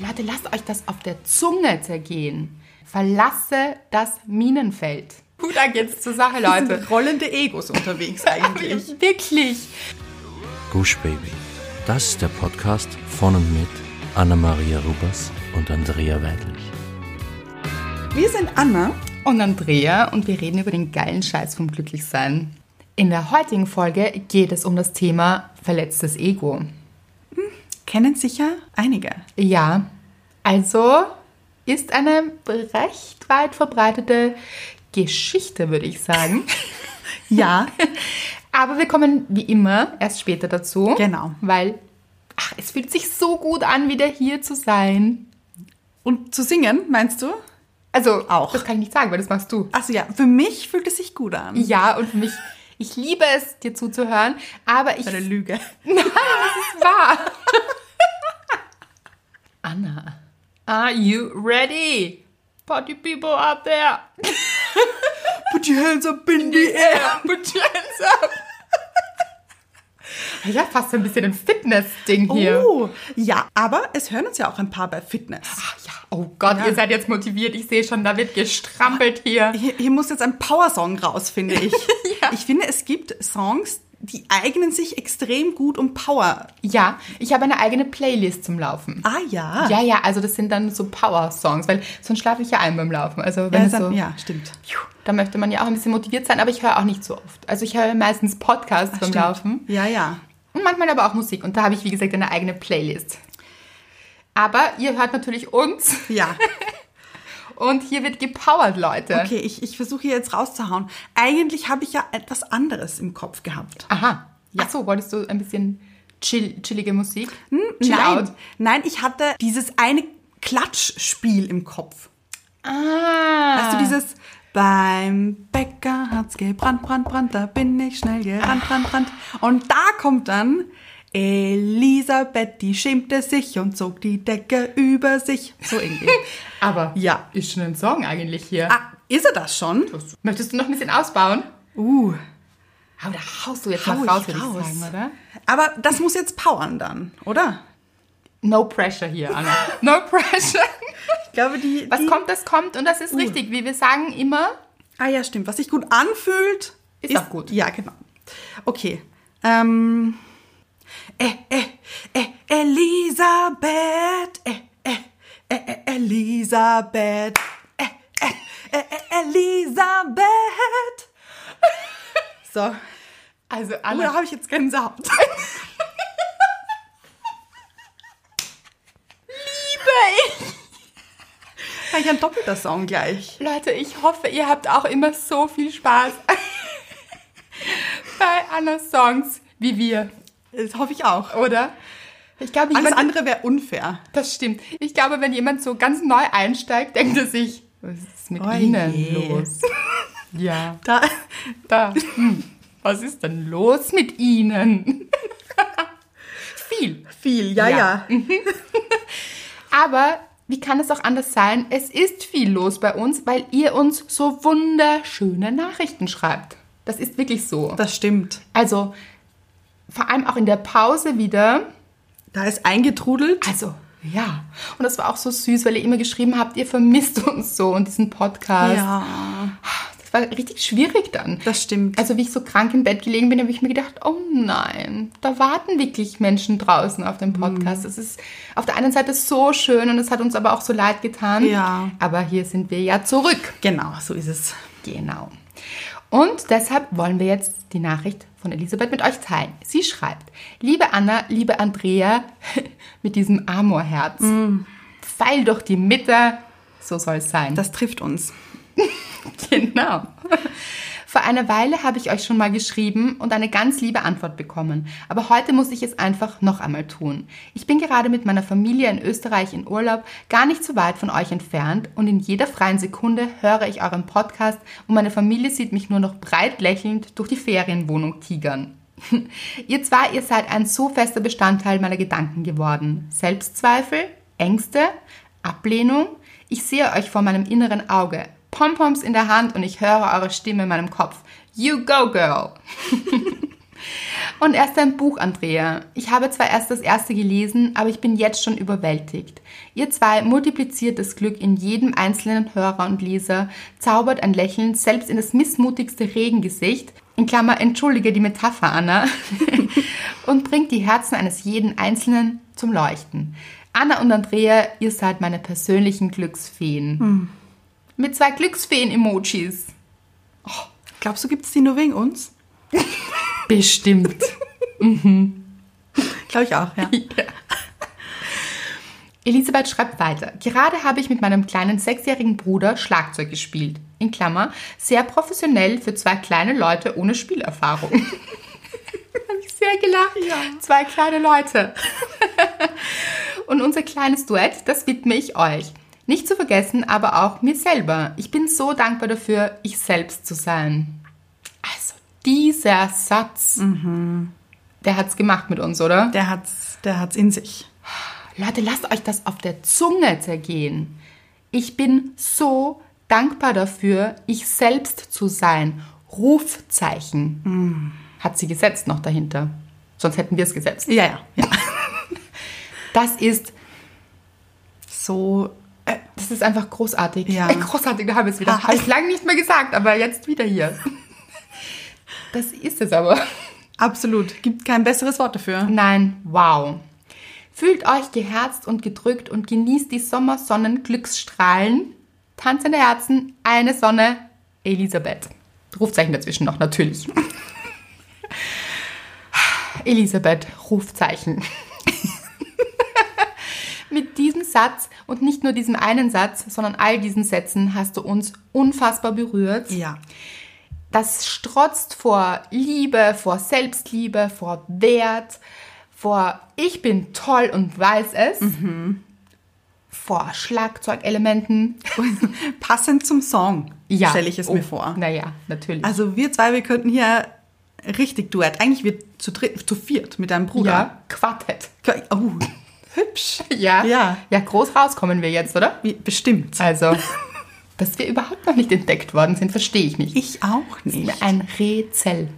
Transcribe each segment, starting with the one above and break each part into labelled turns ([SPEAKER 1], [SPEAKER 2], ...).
[SPEAKER 1] Leute, lasst euch das auf der Zunge zergehen. Verlasse das Minenfeld. Gut, da geht's zur Sache, Leute.
[SPEAKER 2] Rollende Egos unterwegs eigentlich.
[SPEAKER 1] Wirklich.
[SPEAKER 3] Gush Baby. Das ist der Podcast von und mit Anna-Maria Rubers und Andrea Weidlich.
[SPEAKER 2] Wir sind Anna.
[SPEAKER 1] Und Andrea und wir reden über den geilen Scheiß vom Glücklichsein. In der heutigen Folge geht es um das Thema verletztes Ego.
[SPEAKER 2] Kennen sicher einige.
[SPEAKER 1] Ja, also ist eine recht weit verbreitete Geschichte, würde ich sagen.
[SPEAKER 2] Ja,
[SPEAKER 1] Aber wir kommen wie immer erst später dazu.
[SPEAKER 2] Genau.
[SPEAKER 1] Weil ach, es fühlt sich so gut an, wieder hier zu sein.
[SPEAKER 2] und zu singen, meinst du?
[SPEAKER 1] Also
[SPEAKER 2] Auch.
[SPEAKER 1] Das kann ich nicht sagen, weil das machst du.
[SPEAKER 2] Also ja, für mich fühlt es sich gut an.
[SPEAKER 1] Ja, und mich. Ich liebe es, dir zuzuhören, aber ich
[SPEAKER 2] Eine Lüge.
[SPEAKER 1] war. Anna, are you ready? Party people out there.
[SPEAKER 2] Put your hands up in the air.
[SPEAKER 1] Put your hands up. Ja, fast ein bisschen ein Fitness-Ding hier.
[SPEAKER 2] Oh, ja, aber es hören uns ja auch ein paar bei Fitness.
[SPEAKER 1] Ach ja, oh Gott, ihr seid jetzt motiviert. Ich sehe schon, da wird gestrampelt hier.
[SPEAKER 2] Hier, hier muss jetzt ein Power-Song raus, finde ich. Ich finde, es gibt Songs, die eignen sich extrem gut um Power.
[SPEAKER 1] Ja, ich habe eine eigene Playlist zum Laufen.
[SPEAKER 2] Ah ja.
[SPEAKER 1] Ja, ja, also das sind dann so Power-Songs, weil sonst schlafe ich ja ein beim Laufen. Also wenn
[SPEAKER 2] Ja,
[SPEAKER 1] es so,
[SPEAKER 2] dann, ja stimmt.
[SPEAKER 1] Pfiuh, da möchte man ja auch ein bisschen motiviert sein, aber ich höre auch nicht so oft. Also ich höre meistens Podcasts beim
[SPEAKER 2] Stimmt.
[SPEAKER 1] Laufen
[SPEAKER 2] Ja, ja.
[SPEAKER 1] und manchmal aber auch Musik. Und da habe ich, wie gesagt, eine eigene Playlist. Aber ihr hört natürlich uns
[SPEAKER 2] Ja,
[SPEAKER 1] und hier wird gepowert, Leute.
[SPEAKER 2] okay, ich, ich versuche hier jetzt rauszuhauen. Eigentlich habe ich ja etwas anderes im Kopf gehabt.
[SPEAKER 1] Aha.
[SPEAKER 2] Ja.
[SPEAKER 1] Ach so, wolltest du ein bisschen chill, chillige Musik? Chill
[SPEAKER 2] Nein,
[SPEAKER 1] out.
[SPEAKER 2] nein, ich hatte dieses eine Klatschspiel im Kopf.
[SPEAKER 1] Ah.
[SPEAKER 2] Weißt du, dieses beim Bäcker hat's gebrannt, brannt, brannt, da bin ich schnell gerannt, brannt, brannt. Und da kommt dann Elisabeth, die schämte sich und zog die Decke über sich. So irgendwie.
[SPEAKER 1] Aber
[SPEAKER 2] Ja.
[SPEAKER 1] ist schon ein Song eigentlich hier.
[SPEAKER 2] ah, ist er das schon?
[SPEAKER 1] Möchtest du noch ein bisschen ausbauen?
[SPEAKER 2] Uh,
[SPEAKER 1] Aber da haust du jetzt
[SPEAKER 2] hau
[SPEAKER 1] mal
[SPEAKER 2] ich
[SPEAKER 1] raus,
[SPEAKER 2] raus.
[SPEAKER 1] würde ich sagen, oder?
[SPEAKER 2] Aber das muss jetzt powern dann, oder?
[SPEAKER 1] No pressure hier, Anna. No pressure.
[SPEAKER 2] Ich glaube, die... Uh.
[SPEAKER 1] Was
[SPEAKER 2] die,
[SPEAKER 1] kommt, das kommt und das ist richtig. Wie wir sagen immer,
[SPEAKER 2] Ah ja, stimmt. Was sich gut anfühlt,
[SPEAKER 1] Ist auch gut.
[SPEAKER 2] Ja, genau. Okay. Ähm. Äh, äh, äh, Elisabeth. Äh, äh, äh, äh, Elisabeth. Äh, äh, äh, äh, Elisabeth. So.
[SPEAKER 1] also
[SPEAKER 2] Oh, da
[SPEAKER 1] Anna,
[SPEAKER 2] habe ich jetzt Gänsehaut. Eigentlich ein doppelter Song gleich.
[SPEAKER 1] Leute, ich hoffe, ihr habt auch immer so viel Spaß bei Annas Songs wie wir,
[SPEAKER 2] Das hoffe ich auch.
[SPEAKER 1] oder? Ich glaube,
[SPEAKER 2] Alles
[SPEAKER 1] jemand,
[SPEAKER 2] andere wäre unfair.
[SPEAKER 1] das stimmt. Ich glaube, wenn jemand so ganz neu einsteigt, denkt er sich, was ist mit
[SPEAKER 2] Oh
[SPEAKER 1] Ihnen
[SPEAKER 2] je.
[SPEAKER 1] los? ja.
[SPEAKER 2] Da,
[SPEAKER 1] Da. Hm. Was ist denn los mit Ihnen? Viel.
[SPEAKER 2] viel, ja, Mhm.
[SPEAKER 1] Ja.
[SPEAKER 2] ja.
[SPEAKER 1] Aber wie kann es auch anders sein? Es ist viel los bei uns, weil ihr uns so wunderschöne Nachrichten schreibt. Das ist wirklich so.
[SPEAKER 2] Das stimmt.
[SPEAKER 1] Also vor allem auch in der Pause wieder.
[SPEAKER 2] Da ist eingetrudelt.
[SPEAKER 1] Also ja. Und das war auch so süß, weil ihr immer geschrieben habt, ihr vermisst uns so und diesen Podcast.
[SPEAKER 2] Ja,
[SPEAKER 1] Das war richtig schwierig dann.
[SPEAKER 2] das stimmt.
[SPEAKER 1] Also wie ich so krank im Bett gelegen bin, habe ich mir gedacht, oh nein, da warten wirklich Menschen draußen auf
[SPEAKER 2] Mhm.
[SPEAKER 1] den Podcast. Das ist auf der einen Seite so schön und es hat uns aber auch so leid getan.
[SPEAKER 2] Ja.
[SPEAKER 1] Aber hier sind wir ja zurück.
[SPEAKER 2] Genau, so ist es.
[SPEAKER 1] Genau. Und deshalb wollen wir jetzt die Nachricht von Elisabeth mit euch teilen. Sie schreibt, liebe Anna, liebe Andrea, mit diesem Amorherz, pfeil durch die Mitte, so soll es sein.
[SPEAKER 2] Mhm. Das trifft uns.
[SPEAKER 1] Genau. Vor einer Weile habe ich euch schon mal geschrieben und eine ganz liebe Antwort bekommen. Aber heute muss ich es einfach noch einmal tun. Ich bin gerade mit meiner Familie in Österreich in Urlaub, gar nicht so weit von euch entfernt und in jeder freien Sekunde höre ich euren Podcast und meine Familie sieht mich nur noch breit lächelnd durch die Ferienwohnung tigern. ihr zwei, ihr seid ein so fester Bestandteil meiner Gedanken geworden. Selbstzweifel, Ängste, Ablehnung. Ich sehe euch vor meinem inneren Auge. Pompoms in der Hand und ich höre eure Stimme in meinem Kopf. You go, girl! Und erst ein Buch, Andrea. Ich habe zwar erst das erste gelesen, aber ich bin jetzt schon überwältigt. Ihr zwei multipliziert das Glück in jedem einzelnen Hörer und Leser, zaubert ein Lächeln selbst in das missmutigste Regengesicht, in Klammer, entschuldige die Metapher, Anna, und bringt die Herzen eines jeden Einzelnen zum Leuchten. Anna und Andrea, ihr seid meine persönlichen Glücksfeen. Mit zwei Glücksfeen-Emojis.
[SPEAKER 2] Glaubst du, gibt's die nur wegen uns?
[SPEAKER 1] Bestimmt.
[SPEAKER 2] Glaube ich auch, ja.
[SPEAKER 1] Elisabeth schreibt weiter. Gerade habe ich mit meinem kleinen sechsjährigen Bruder Schlagzeug gespielt. In Klammer, sehr professionell für zwei kleine Leute ohne Spielerfahrung. Habe ich sehr gelacht. Zwei kleine Leute. Und unser kleines Duett, das widme ich euch. Nicht zu vergessen, aber auch mir selber. Ich bin so dankbar dafür, ich selbst zu sein. Also, dieser Satz, der hat's gemacht mit uns, oder?
[SPEAKER 2] Der hat's, der hat's in sich.
[SPEAKER 1] Leute, lasst euch das auf der Zunge zergehen. Ich bin so dankbar dafür, ich selbst zu sein. Rufzeichen. Hat sie gesetzt noch dahinter. Sonst hätten wir es gesetzt.
[SPEAKER 2] Ja, ja. ja.
[SPEAKER 1] Das ist,
[SPEAKER 2] So, äh,
[SPEAKER 1] das ist einfach großartig.
[SPEAKER 2] Ja.
[SPEAKER 1] Äh, großartig, da habe ich es wieder.
[SPEAKER 2] Ah.
[SPEAKER 1] Habe ich lange nicht mehr gesagt, aber jetzt wieder hier. Das ist es aber.
[SPEAKER 2] absolut. Gibt kein besseres Wort dafür.
[SPEAKER 1] Nein, wow. Fühlt euch geherzt und gedrückt und genießt die Sommersonnen-Glücksstrahlen. Tanzende Herzen, eine Sonne, Elisabeth. Rufzeichen dazwischen noch, natürlich. Elisabeth, Rufzeichen. Mit diesem Satz und nicht nur diesem einen Satz, sondern all diesen Sätzen hast du uns unfassbar berührt.
[SPEAKER 2] Ja.
[SPEAKER 1] Das strotzt vor Liebe, vor Selbstliebe, vor Wert, vor Ich bin toll und weiß es, vor Schlagzeugelementen.
[SPEAKER 2] Passend zum Song stelle ich es
[SPEAKER 1] Oh,
[SPEAKER 2] mir vor.
[SPEAKER 1] Naja, natürlich.
[SPEAKER 2] Also wir zwei, wir könnten hier richtig Duett. Eigentlich wir zu, dritt- zu viert mit deinem Bruder.
[SPEAKER 1] ja, Quartett.
[SPEAKER 2] Ja. Oh, hübsch.
[SPEAKER 1] Ja.
[SPEAKER 2] Ja.
[SPEAKER 1] ja, groß rauskommen wir jetzt, oder?
[SPEAKER 2] Wie, bestimmt.
[SPEAKER 1] Also, dass wir überhaupt noch nicht entdeckt worden sind, verstehe ich nicht.
[SPEAKER 2] Ich auch nicht.
[SPEAKER 1] Ein Rätsel.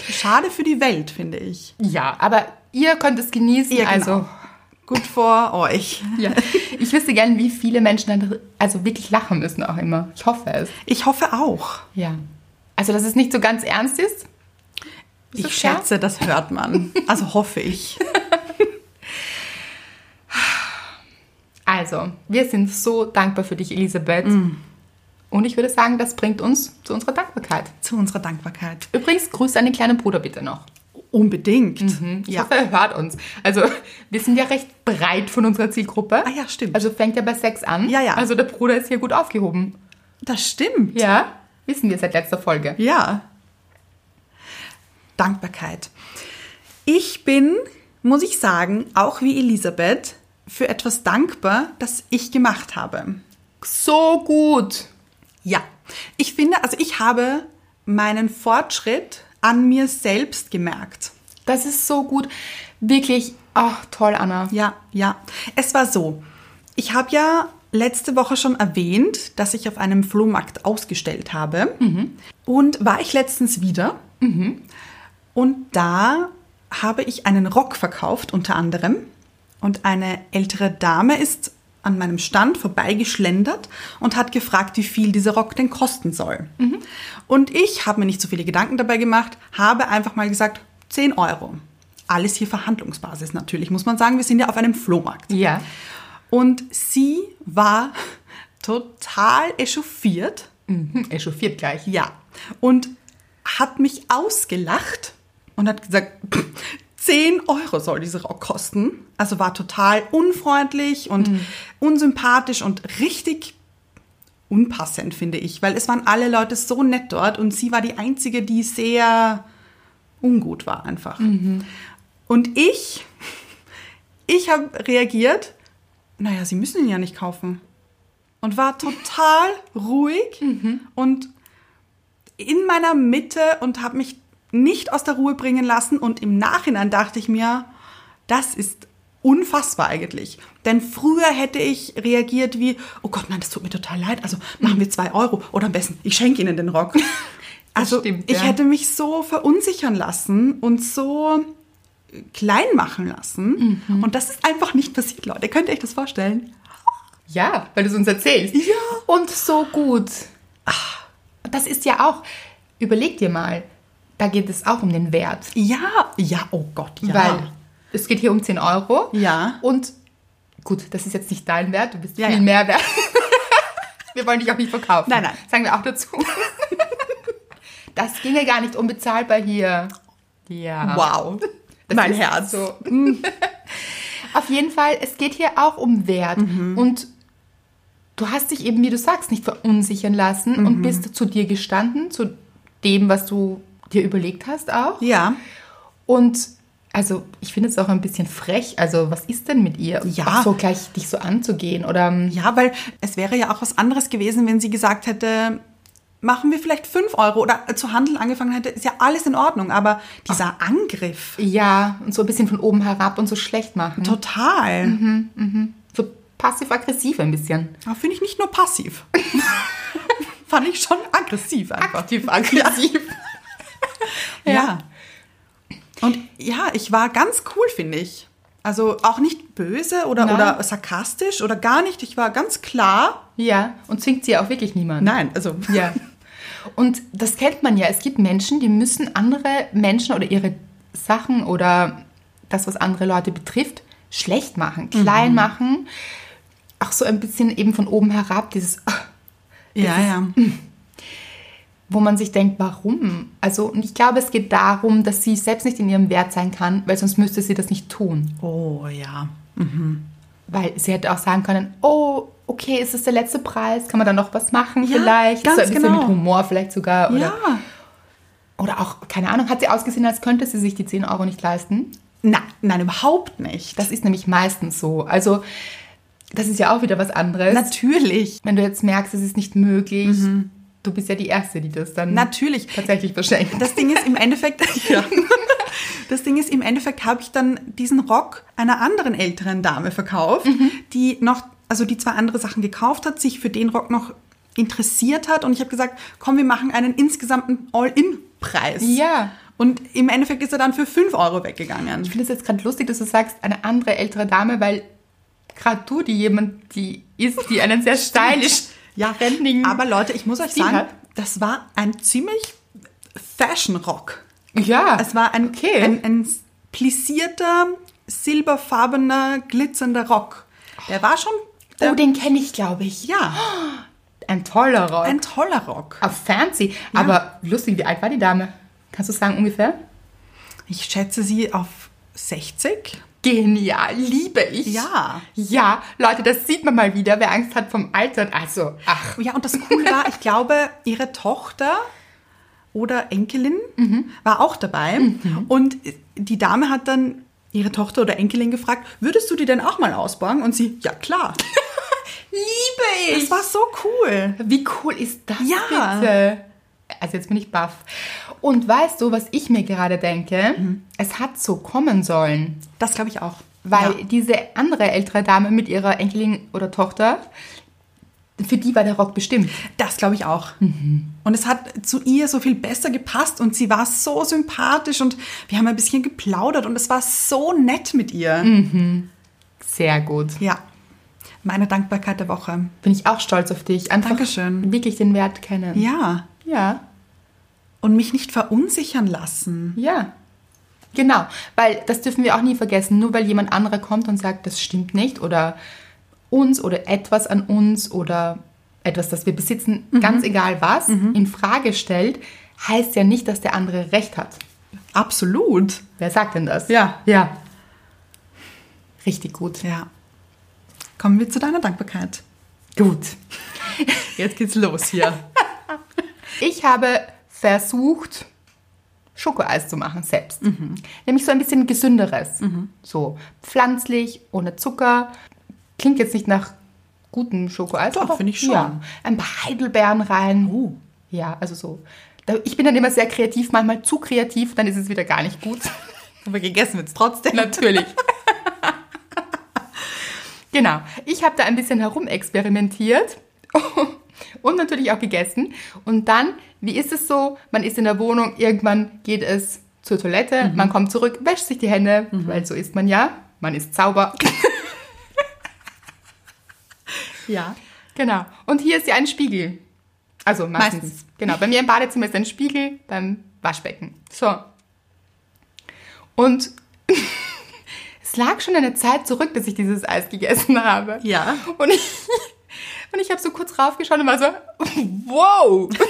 [SPEAKER 2] Schade für die Welt, finde ich.
[SPEAKER 1] Ja, aber ihr könnt es genießen,
[SPEAKER 2] Ja, genau.
[SPEAKER 1] also
[SPEAKER 2] Gut vor euch.
[SPEAKER 1] Ja, ich wüsste gerne, wie viele Menschen dann also wirklich lachen müssen auch immer. Ich hoffe es.
[SPEAKER 2] Ich hoffe auch.
[SPEAKER 1] Ja. Also, dass es nicht so ganz ernst ist. Ist
[SPEAKER 2] Ich
[SPEAKER 1] das klar?
[SPEAKER 2] schätze, das hört man. Also hoffe ich.
[SPEAKER 1] Also, wir sind so dankbar für dich, Elisabeth.
[SPEAKER 2] Mm.
[SPEAKER 1] Und ich würde sagen, das bringt uns zu unserer Dankbarkeit.
[SPEAKER 2] Zu unserer Dankbarkeit.
[SPEAKER 1] Übrigens, grüß deinen kleinen Bruder bitte noch.
[SPEAKER 2] Unbedingt.
[SPEAKER 1] Mhm. Ich
[SPEAKER 2] Ja.
[SPEAKER 1] hoffe, er hört uns. Also, wir sind ja recht breit von unserer Zielgruppe.
[SPEAKER 2] Ah ja, stimmt.
[SPEAKER 1] Also fängt ja bei sechs an.
[SPEAKER 2] Ja, ja.
[SPEAKER 1] Also der Bruder ist hier gut aufgehoben.
[SPEAKER 2] Das stimmt.
[SPEAKER 1] Ja, wissen wir seit letzter Folge.
[SPEAKER 2] Ja. Dankbarkeit. Ich bin, muss ich sagen, auch wie Elisabeth, für etwas dankbar, das ich gemacht habe.
[SPEAKER 1] So gut.
[SPEAKER 2] Ja. Ich finde, also ich habe meinen Fortschritt an mir selbst gemerkt.
[SPEAKER 1] Das ist so gut. Wirklich, ach, toll, Anna.
[SPEAKER 2] Ja, ja. Es war so. Ich habe ja letzte Woche schon erwähnt, dass ich auf einem Flohmarkt ausgestellt habe. Und war ich letztens wieder. Und da habe ich einen Rock verkauft, unter anderem. Und eine ältere Dame ist an meinem Stand vorbeigeschlendert und hat gefragt, wie viel dieser Rock denn kosten soll. Und ich habe mir nicht so viele Gedanken dabei gemacht, habe einfach mal gesagt, 10 Euro. Alles hier Verhandlungsbasis natürlich, muss man sagen. Wir sind ja auf einem Flohmarkt.
[SPEAKER 1] Ja.
[SPEAKER 2] Und sie war total echauffiert.
[SPEAKER 1] Mhm. Echauffiert gleich.
[SPEAKER 2] Ja. Und hat mich ausgelacht und hat gesagt, 10 Euro soll dieser Rock kosten. Also war total unfreundlich und unsympathisch und richtig unpassend, finde ich. Weil es waren alle Leute so nett dort und sie war die Einzige, die sehr ungut war einfach. Und ich, ich habe reagiert, naja, sie müssen ihn ja nicht kaufen. Und war total ruhig und in meiner Mitte und habe mich nicht aus der Ruhe bringen lassen. Und im Nachhinein dachte ich mir, das ist unfassbar eigentlich. Denn früher hätte ich reagiert wie, oh Gott, nein, das tut mir total leid. Also machen wir zwei Euro oder am besten, ich schenke Ihnen den Rock. Also
[SPEAKER 1] stimmt,
[SPEAKER 2] ich
[SPEAKER 1] ja.
[SPEAKER 2] hätte mich so verunsichern lassen und so klein machen lassen.
[SPEAKER 1] Mhm.
[SPEAKER 2] Und das ist einfach nicht passiert, Leute. Könnt ihr euch das vorstellen?
[SPEAKER 1] Ja, weil du es uns erzählst.
[SPEAKER 2] Ja.
[SPEAKER 1] Und so gut. Ah, Das ist ja auch, überleg dir mal, da geht es auch um den Wert.
[SPEAKER 2] Ja, ja, oh Gott, ja.
[SPEAKER 1] Weil es geht hier um 10 Euro.
[SPEAKER 2] Ja.
[SPEAKER 1] Und gut, das ist jetzt nicht dein Wert, du bist
[SPEAKER 2] Ja,
[SPEAKER 1] viel
[SPEAKER 2] ja.
[SPEAKER 1] mehr wert. wir wollen dich auch nicht verkaufen.
[SPEAKER 2] Nein, nein.
[SPEAKER 1] Sagen wir auch dazu. das ginge gar nicht unbezahlbar hier. Ja.
[SPEAKER 2] wow.
[SPEAKER 1] Das
[SPEAKER 2] mein
[SPEAKER 1] ist
[SPEAKER 2] Herz.
[SPEAKER 1] So. Mhm. Auf jeden Fall, es geht hier auch um Wert.
[SPEAKER 2] Mhm.
[SPEAKER 1] Und du hast dich eben, wie du sagst, nicht verunsichern lassen
[SPEAKER 2] Mhm.
[SPEAKER 1] und bist zu dir gestanden, zu dem, was du dir überlegt hast auch.
[SPEAKER 2] Ja.
[SPEAKER 1] Und also, ich finde es auch ein bisschen frech. Also, was ist denn mit ihr?
[SPEAKER 2] Ja.
[SPEAKER 1] Auch so gleich dich so anzugehen oder ähm,
[SPEAKER 2] Ja, weil es wäre ja auch was anderes gewesen, wenn sie gesagt hätte, machen wir vielleicht 5 Euro oder zu handeln angefangen hätte, ist ja alles in Ordnung. Aber dieser Angriff,
[SPEAKER 1] ja, und so ein bisschen von oben herab und so schlecht machen.
[SPEAKER 2] total.
[SPEAKER 1] Mhm. So passiv-aggressiv ein bisschen.
[SPEAKER 2] Da Ah, finde ich nicht nur passiv. Fand ich schon aggressiv einfach.
[SPEAKER 1] Aktiv-aggressiv.
[SPEAKER 2] Ja. Und ja, ich war ganz cool, finde ich. Also auch nicht böse oder,
[SPEAKER 1] Nein.
[SPEAKER 2] oder sarkastisch oder gar nicht. Ich war ganz klar.
[SPEAKER 1] ja, und zwingt sie auch wirklich niemand.
[SPEAKER 2] Nein, also.
[SPEAKER 1] Ja. Und das kennt man ja. Es gibt Menschen, die müssen andere Menschen oder ihre Sachen oder das, was andere Leute betrifft, schlecht machen,
[SPEAKER 2] Mhm.
[SPEAKER 1] klein machen. Auch so ein bisschen eben von oben herab, dieses,
[SPEAKER 2] Ja, ja.
[SPEAKER 1] wo man sich denkt, warum? Also, und ich glaube, es geht darum, dass sie selbst nicht in ihrem Wert sein kann, weil sonst müsste sie das nicht tun.
[SPEAKER 2] Oh ja.
[SPEAKER 1] Weil sie hätte auch sagen können, oh, okay, ist es der letzte Preis? Kann man da noch was machen
[SPEAKER 2] Ja,
[SPEAKER 1] vielleicht?
[SPEAKER 2] ganz
[SPEAKER 1] so ein bisschen
[SPEAKER 2] genau.
[SPEAKER 1] mit Humor vielleicht sogar. Oder
[SPEAKER 2] Ja.
[SPEAKER 1] Oder auch, keine Ahnung, hat sie ausgesehen, als könnte sie sich die 10 Euro nicht leisten?
[SPEAKER 2] Nein, nein, überhaupt nicht.
[SPEAKER 1] Das ist nämlich meistens so. Also, das ist ja auch wieder was anderes.
[SPEAKER 2] Natürlich.
[SPEAKER 1] Wenn du jetzt merkst, es ist nicht möglich,
[SPEAKER 2] Mhm.
[SPEAKER 1] du bist ja die Erste, die das dann
[SPEAKER 2] Natürlich.
[SPEAKER 1] tatsächlich verschenkt.
[SPEAKER 2] Das Ding ist im Endeffekt. ja. Das Ding ist, im Endeffekt habe ich dann diesen Rock einer anderen älteren Dame verkauft, die noch, also die zwei andere Sachen gekauft hat, sich für den Rock noch interessiert hat und ich habe gesagt, komm, wir machen einen insgesamten All-In-Preis.
[SPEAKER 1] Ja.
[SPEAKER 2] Und im Endeffekt ist er dann für 5 Euro weggegangen.
[SPEAKER 1] Ich finde es jetzt gerade lustig, dass du sagst, eine andere ältere Dame, weil gerade du, die jemand, die ist, die einen sehr stylisch
[SPEAKER 2] Ja,
[SPEAKER 1] trendigen-
[SPEAKER 2] aber Leute, ich muss euch
[SPEAKER 1] Stil
[SPEAKER 2] sagen,
[SPEAKER 1] hat.
[SPEAKER 2] das war ein ziemlich Fashion-Rock.
[SPEAKER 1] Ja.
[SPEAKER 2] Es war ein,
[SPEAKER 1] Okay.
[SPEAKER 2] ein, ein plissierter, silberfarbener, glitzernder Rock. Der war schon der,
[SPEAKER 1] oh, den kenne ich, glaube ich.
[SPEAKER 2] ja,
[SPEAKER 1] Ein toller Rock.
[SPEAKER 2] ein toller Rock.
[SPEAKER 1] Auch fancy. Aber lustig, wie alt war die Dame? Kannst du sagen ungefähr?
[SPEAKER 2] Ich schätze sie auf 60.
[SPEAKER 1] Genial, liebe ich.
[SPEAKER 2] Ja.
[SPEAKER 1] Ja, Leute, das sieht man mal wieder, wer Angst hat vom Altern. Also, ach,
[SPEAKER 2] Ja, und das Coole war, ich glaube, ihre Tochter oder Enkelin war auch dabei. Und die Dame hat dann ihre Tochter oder Enkelin gefragt, würdest du die denn auch mal ausbauen? Und sie, ja klar.
[SPEAKER 1] liebe
[SPEAKER 2] Das war so cool.
[SPEAKER 1] Wie cool ist das
[SPEAKER 2] Ja.
[SPEAKER 1] bitte? Also jetzt bin ich baff. Und weißt du, was ich mir gerade denke?
[SPEAKER 2] Mhm.
[SPEAKER 1] Es hat so kommen sollen,
[SPEAKER 2] Das glaube ich auch.
[SPEAKER 1] weil
[SPEAKER 2] ja.
[SPEAKER 1] diese andere ältere Dame mit ihrer Enkelin oder Tochter, für die war der Rock bestimmt.
[SPEAKER 2] Das glaube ich auch. Und es hat zu ihr so viel besser gepasst und sie war so sympathisch und wir haben ein bisschen geplaudert und es war so nett mit ihr.
[SPEAKER 1] Sehr gut.
[SPEAKER 2] Ja. Meine Dankbarkeit der Woche.
[SPEAKER 1] Bin ich auch stolz auf dich. Einfach
[SPEAKER 2] Dankeschön.
[SPEAKER 1] wirklich den Wert kennen.
[SPEAKER 2] Ja.
[SPEAKER 1] ja.
[SPEAKER 2] Und mich nicht verunsichern lassen.
[SPEAKER 1] Ja. Genau, weil das dürfen wir auch nie vergessen. Nur weil jemand anderer kommt und sagt, das stimmt nicht oder uns oder etwas an uns oder etwas, das wir besitzen, ganz egal was, in Frage stellt, heißt ja nicht, dass der andere recht hat.
[SPEAKER 2] Absolut.
[SPEAKER 1] Wer sagt denn das?
[SPEAKER 2] Ja.
[SPEAKER 1] Ja. Richtig gut.
[SPEAKER 2] Ja. Kommen wir zu deiner Dankbarkeit.
[SPEAKER 1] Gut.
[SPEAKER 2] Jetzt geht's los hier.
[SPEAKER 1] Ich habe versucht, Schokoeis zu machen selbst. Nämlich so ein bisschen gesünderes. So pflanzlich, ohne Zucker. Klingt jetzt nicht nach gutem Schokoeis.
[SPEAKER 2] Doch,
[SPEAKER 1] aber
[SPEAKER 2] finde ich schon.
[SPEAKER 1] Ja, ein paar Heidelbeeren rein.
[SPEAKER 2] Oh.
[SPEAKER 1] Ja, also so. Da- Ich bin dann immer sehr kreativ, manchmal zu kreativ, dann ist es wieder gar nicht gut.
[SPEAKER 2] Aber gegessen wird's trotzdem.
[SPEAKER 1] Natürlich. genau. Ich habe da ein bisschen herumexperimentiert und natürlich auch gegessen. Und dann, wie ist es so? Man ist in der Wohnung, irgendwann geht es zur Toilette, man kommt zurück, wäscht sich die Hände, weil so ist man ja. Man ist sauber.
[SPEAKER 2] Ja.
[SPEAKER 1] genau. Und hier ist ja ein Spiegel. Also meistens.
[SPEAKER 2] Meistens.
[SPEAKER 1] Genau. Bei mir im Badezimmer ist ein Spiegel beim Waschbecken. So. Und es lag schon eine Zeit zurück, dass ich dieses Eis gegessen habe.
[SPEAKER 2] Ja.
[SPEAKER 1] Und ich, und ich habe so kurz raufgeschaut und war so, wow,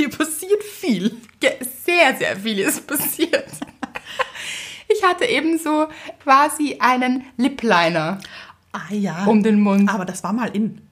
[SPEAKER 2] Hier passiert viel.
[SPEAKER 1] Ge- sehr, sehr viel ist passiert. Ich hatte eben so quasi einen Lip Liner
[SPEAKER 2] Ah ja.
[SPEAKER 1] um den Mund.
[SPEAKER 2] Aber das war mal in.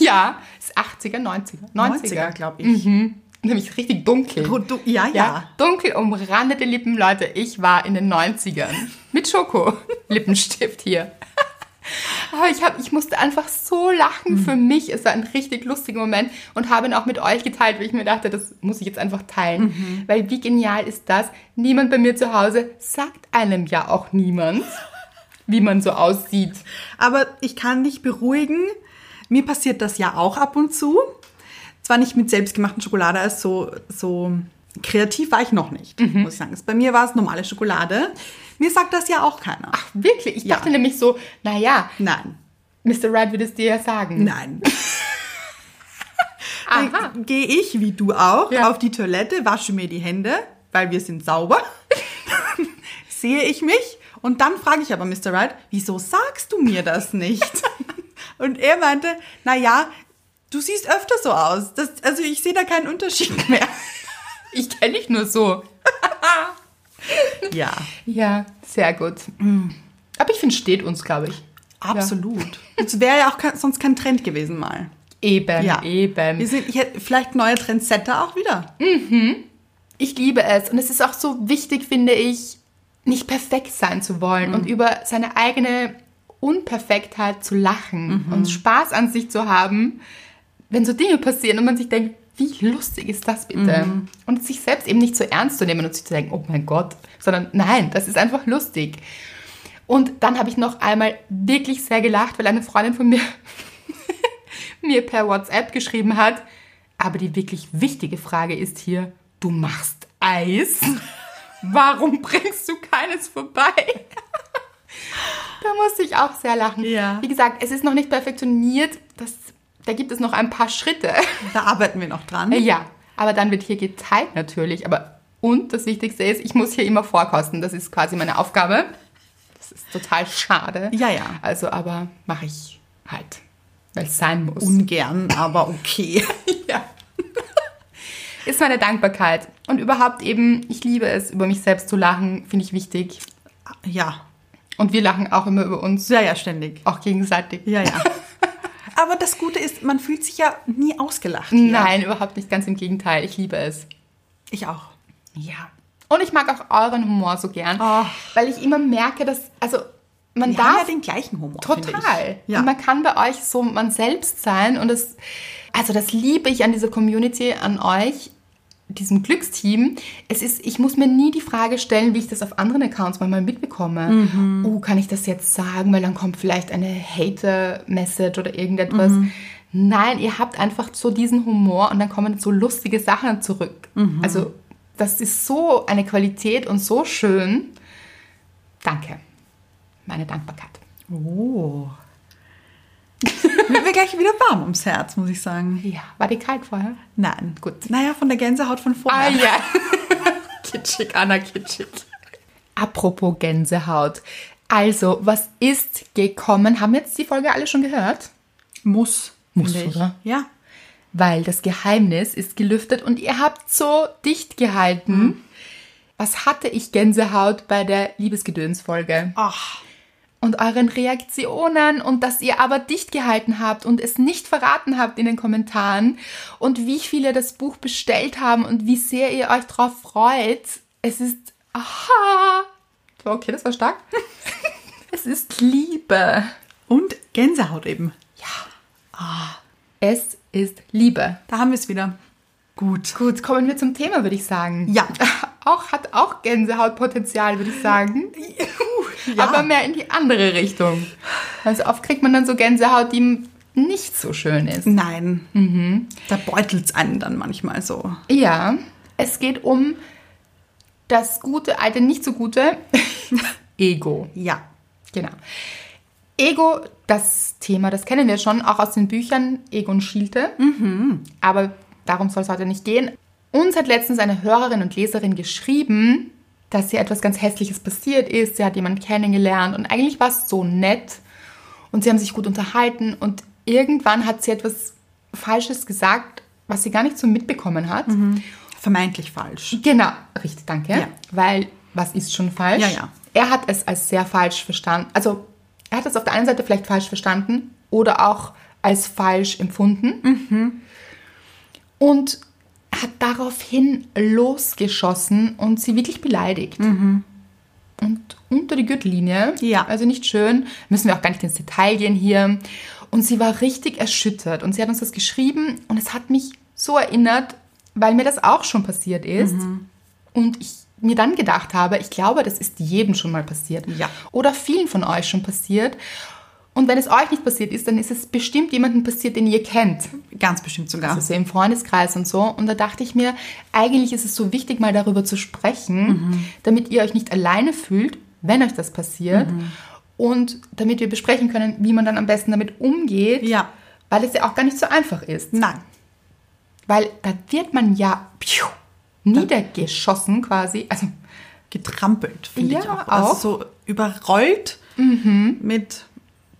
[SPEAKER 1] Ja, ist 80er, 90er. 90er,
[SPEAKER 2] 90er, glaube ich.
[SPEAKER 1] Nämlich richtig dunkel.
[SPEAKER 2] Oh, Mhm. du- ja, ja.
[SPEAKER 1] Dunkel umrandete Lippen, Leute. Ich war in den 90ern. Mit Schoko. Lippenstift hier. Aber ich, hab, ich musste einfach so lachen für
[SPEAKER 2] Mhm.
[SPEAKER 1] mich. Es war ein richtig lustiger Moment und habe ihn auch mit euch geteilt, weil ich mir dachte, das muss ich jetzt einfach teilen.
[SPEAKER 2] Mhm.
[SPEAKER 1] Weil wie genial ist das? Niemand bei mir zu Hause sagt einem ja auch niemand, wie man so aussieht.
[SPEAKER 2] Aber ich kann dich beruhigen. Mir passiert das ja auch ab und zu. Zwar nicht mit selbstgemachten Schokolade, also so, so kreativ war ich noch nicht, muss ich sagen. Bei mir war es normale Schokolade. Mir sagt das ja auch keiner.
[SPEAKER 1] Ach, wirklich? Ich
[SPEAKER 2] Ja.
[SPEAKER 1] dachte nämlich so, naja,
[SPEAKER 2] Nein,
[SPEAKER 1] Mr. Right würde es dir ja sagen.
[SPEAKER 2] nein. Dann gehe ich, wie du auch,
[SPEAKER 1] Ja.
[SPEAKER 2] auf die Toilette, wasche mir die Hände, weil wir sind sauber. Sehe ich mich und dann frage ich aber Mr. Wright, wieso sagst du mir das nicht? und er meinte, na ja, du siehst öfter so aus. Das, also ich sehe da keinen Unterschied mehr.
[SPEAKER 1] Ich kenne dich nur so.
[SPEAKER 2] Ja,
[SPEAKER 1] Ja, sehr gut. Mm. Aber ich finde, steht uns, glaube ich.
[SPEAKER 2] absolut. Es wäre ja auch kein, sonst kein Trend gewesen mal.
[SPEAKER 1] Eben,
[SPEAKER 2] Ja, Wir
[SPEAKER 1] eben.
[SPEAKER 2] sind ich hätte vielleicht neue Trendsetter auch wieder.
[SPEAKER 1] Ich liebe es und es ist auch so wichtig, finde ich, nicht perfekt sein zu wollen und über seine eigene Unperfektheit zu lachen und Spaß an sich zu haben, wenn so Dinge passieren und man sich denkt, wie lustig ist das bitte? Und sich selbst eben nicht so ernst zu nehmen und sich zu denken, oh mein Gott, sondern nein, das ist einfach lustig. Und dann habe ich noch einmal wirklich sehr gelacht, weil eine Freundin von mir mir per WhatsApp geschrieben hat. Aber die wirklich wichtige Frage ist hier, du machst Eis? Warum bringst du keines vorbei? da musste ich auch sehr lachen.
[SPEAKER 2] Ja.
[SPEAKER 1] Wie gesagt, es ist noch nicht perfektioniert. Das, da gibt es noch ein paar Schritte.
[SPEAKER 2] Da arbeiten wir noch dran.
[SPEAKER 1] Äh, ja, aber dann wird hier geteilt natürlich. Aber und das Wichtigste ist, ich muss hier immer vorkosten. Das ist quasi meine Aufgabe. Das ist total schade.
[SPEAKER 2] Ja, ja.
[SPEAKER 1] Also, aber mache ich halt, weil es sein muss.
[SPEAKER 2] Ungern, aber okay.
[SPEAKER 1] Ja. Ist meine Dankbarkeit. Und überhaupt eben, ich liebe es, über mich selbst zu lachen, finde ich wichtig.
[SPEAKER 2] Ja,
[SPEAKER 1] Und wir lachen auch immer über uns,
[SPEAKER 2] Ja, ja, ständig.
[SPEAKER 1] auch gegenseitig.
[SPEAKER 2] Ja, ja. Aber das Gute ist, man fühlt sich ja nie ausgelacht. hier.
[SPEAKER 1] Nein, überhaupt nicht, ganz im Gegenteil, ich liebe es.
[SPEAKER 2] Ich auch.
[SPEAKER 1] Ja. Und ich mag auch euren Humor so gern,
[SPEAKER 2] Ach.
[SPEAKER 1] weil ich immer merke, dass, also, man
[SPEAKER 2] Oh. Wir haben
[SPEAKER 1] darf
[SPEAKER 2] ja den gleichen Humor.
[SPEAKER 1] Total.
[SPEAKER 2] finde ich. Ja.
[SPEAKER 1] Und man kann bei euch so man selbst sein und das, also das liebe ich an dieser Community, an euch, diesem Glücksteam. Es ist, ich muss mir nie die Frage stellen, wie ich das auf anderen Accounts manchmal mitbekomme.
[SPEAKER 2] Mhm.
[SPEAKER 1] Oh, kann ich das jetzt sagen, weil dann kommt vielleicht eine Hater-Message oder irgendetwas.
[SPEAKER 2] Mhm.
[SPEAKER 1] Nein, ihr habt einfach so diesen Humor und dann kommen so lustige Sachen zurück.
[SPEAKER 2] Mhm.
[SPEAKER 1] Also das ist so eine Qualität und so schön. Danke. Meine Dankbarkeit.
[SPEAKER 2] Oh. Wird mir gleich wieder warm ums Herz, muss ich sagen.
[SPEAKER 1] Ja, war die kalt vorher? Genau.
[SPEAKER 2] Nein.
[SPEAKER 1] Gut.
[SPEAKER 2] Naja, von der Gänsehaut von
[SPEAKER 1] Ah,
[SPEAKER 2] vorher.
[SPEAKER 1] ja. kitschig, Anna, kitschig. Apropos Gänsehaut. Also, was ist gekommen? Haben jetzt die Folge alle schon gehört?
[SPEAKER 2] Muss.
[SPEAKER 1] Muss,
[SPEAKER 2] finde ich.
[SPEAKER 1] oder?
[SPEAKER 2] Ja.
[SPEAKER 1] Weil das Geheimnis ist gelüftet und ihr habt so dicht gehalten. Was hatte ich Gänsehaut bei der Liebesgedöns-Folge?
[SPEAKER 2] Ach.
[SPEAKER 1] und euren Reaktionen und dass ihr aber dicht gehalten habt und es nicht verraten habt in den Kommentaren und wie viele das Buch bestellt haben und wie sehr ihr euch drauf freut. Es ist aha. Okay, das war stark. es ist Liebe.
[SPEAKER 2] Und Gänsehaut eben.
[SPEAKER 1] Es ist Liebe.
[SPEAKER 2] Da haben wir es wieder. Gut.
[SPEAKER 1] Gut, kommen wir zum Thema, würde ich sagen.
[SPEAKER 2] Ja.
[SPEAKER 1] Auch hat auch Gänsehautpotenzial, würde ich sagen.
[SPEAKER 2] Ja.
[SPEAKER 1] Aber mehr in die andere Richtung. Also oft kriegt man dann so Gänsehaut, die nicht so schön ist.
[SPEAKER 2] Nein.
[SPEAKER 1] Mhm.
[SPEAKER 2] Da beutelt's einen dann manchmal so.
[SPEAKER 1] Ja, es geht um das gute, alte, nicht so gute Ego.
[SPEAKER 2] Ja.
[SPEAKER 1] Genau. Ego, das Thema, das kennen wir schon, auch aus den Büchern Egon Schielte. Aber darum soll es heute nicht gehen. Uns hat letztens eine Hörerin und Leserin geschrieben, dass ihr etwas ganz Hässliches passiert ist. Sie hat jemanden kennengelernt und eigentlich war es so nett und sie haben sich gut unterhalten und irgendwann hat sie etwas Falsches gesagt, was sie gar nicht so mitbekommen hat.
[SPEAKER 2] Vermeintlich falsch.
[SPEAKER 1] Genau, richtig, danke.
[SPEAKER 2] Ja.
[SPEAKER 1] Weil was ist schon falsch?
[SPEAKER 2] Ja, ja.
[SPEAKER 1] Er hat es als sehr falsch verstanden. Also er hat es auf der einen Seite vielleicht falsch verstanden oder auch als falsch empfunden.
[SPEAKER 2] Mhm.
[SPEAKER 1] Und hat daraufhin losgeschossen und sie wirklich beleidigt. Und unter die Gürtellinie,
[SPEAKER 2] Mhm. Ja.
[SPEAKER 1] also nicht schön, müssen wir auch gar nicht ins Detail gehen hier. Und sie war richtig erschüttert und sie hat uns das geschrieben und es hat mich so erinnert, weil mir das auch schon passiert ist.
[SPEAKER 2] Mhm.
[SPEAKER 1] Und ich mir dann gedacht habe, ich glaube, das ist jedem schon mal passiert.
[SPEAKER 2] Ja.
[SPEAKER 1] Oder vielen von euch schon passiert. Und wenn es euch nicht passiert ist, dann ist es bestimmt jemandem passiert, den ihr kennt.
[SPEAKER 2] Ganz bestimmt sogar.
[SPEAKER 1] Also im Freundeskreis und so. Und da dachte ich mir, eigentlich ist es so wichtig, mal darüber zu sprechen,
[SPEAKER 2] Mhm.
[SPEAKER 1] damit ihr euch nicht alleine fühlt, wenn euch das passiert.
[SPEAKER 2] Mhm.
[SPEAKER 1] Und damit wir besprechen können, wie man dann am besten damit umgeht.
[SPEAKER 2] Ja.
[SPEAKER 1] Weil es ja auch gar nicht so einfach ist.
[SPEAKER 2] Nein.
[SPEAKER 1] Weil da wird man ja piu, niedergeschossen quasi. Also
[SPEAKER 2] Getrampelt, finde
[SPEAKER 1] Ja,
[SPEAKER 2] ich auch. Also
[SPEAKER 1] auch. Mhm.
[SPEAKER 2] so überrollt mit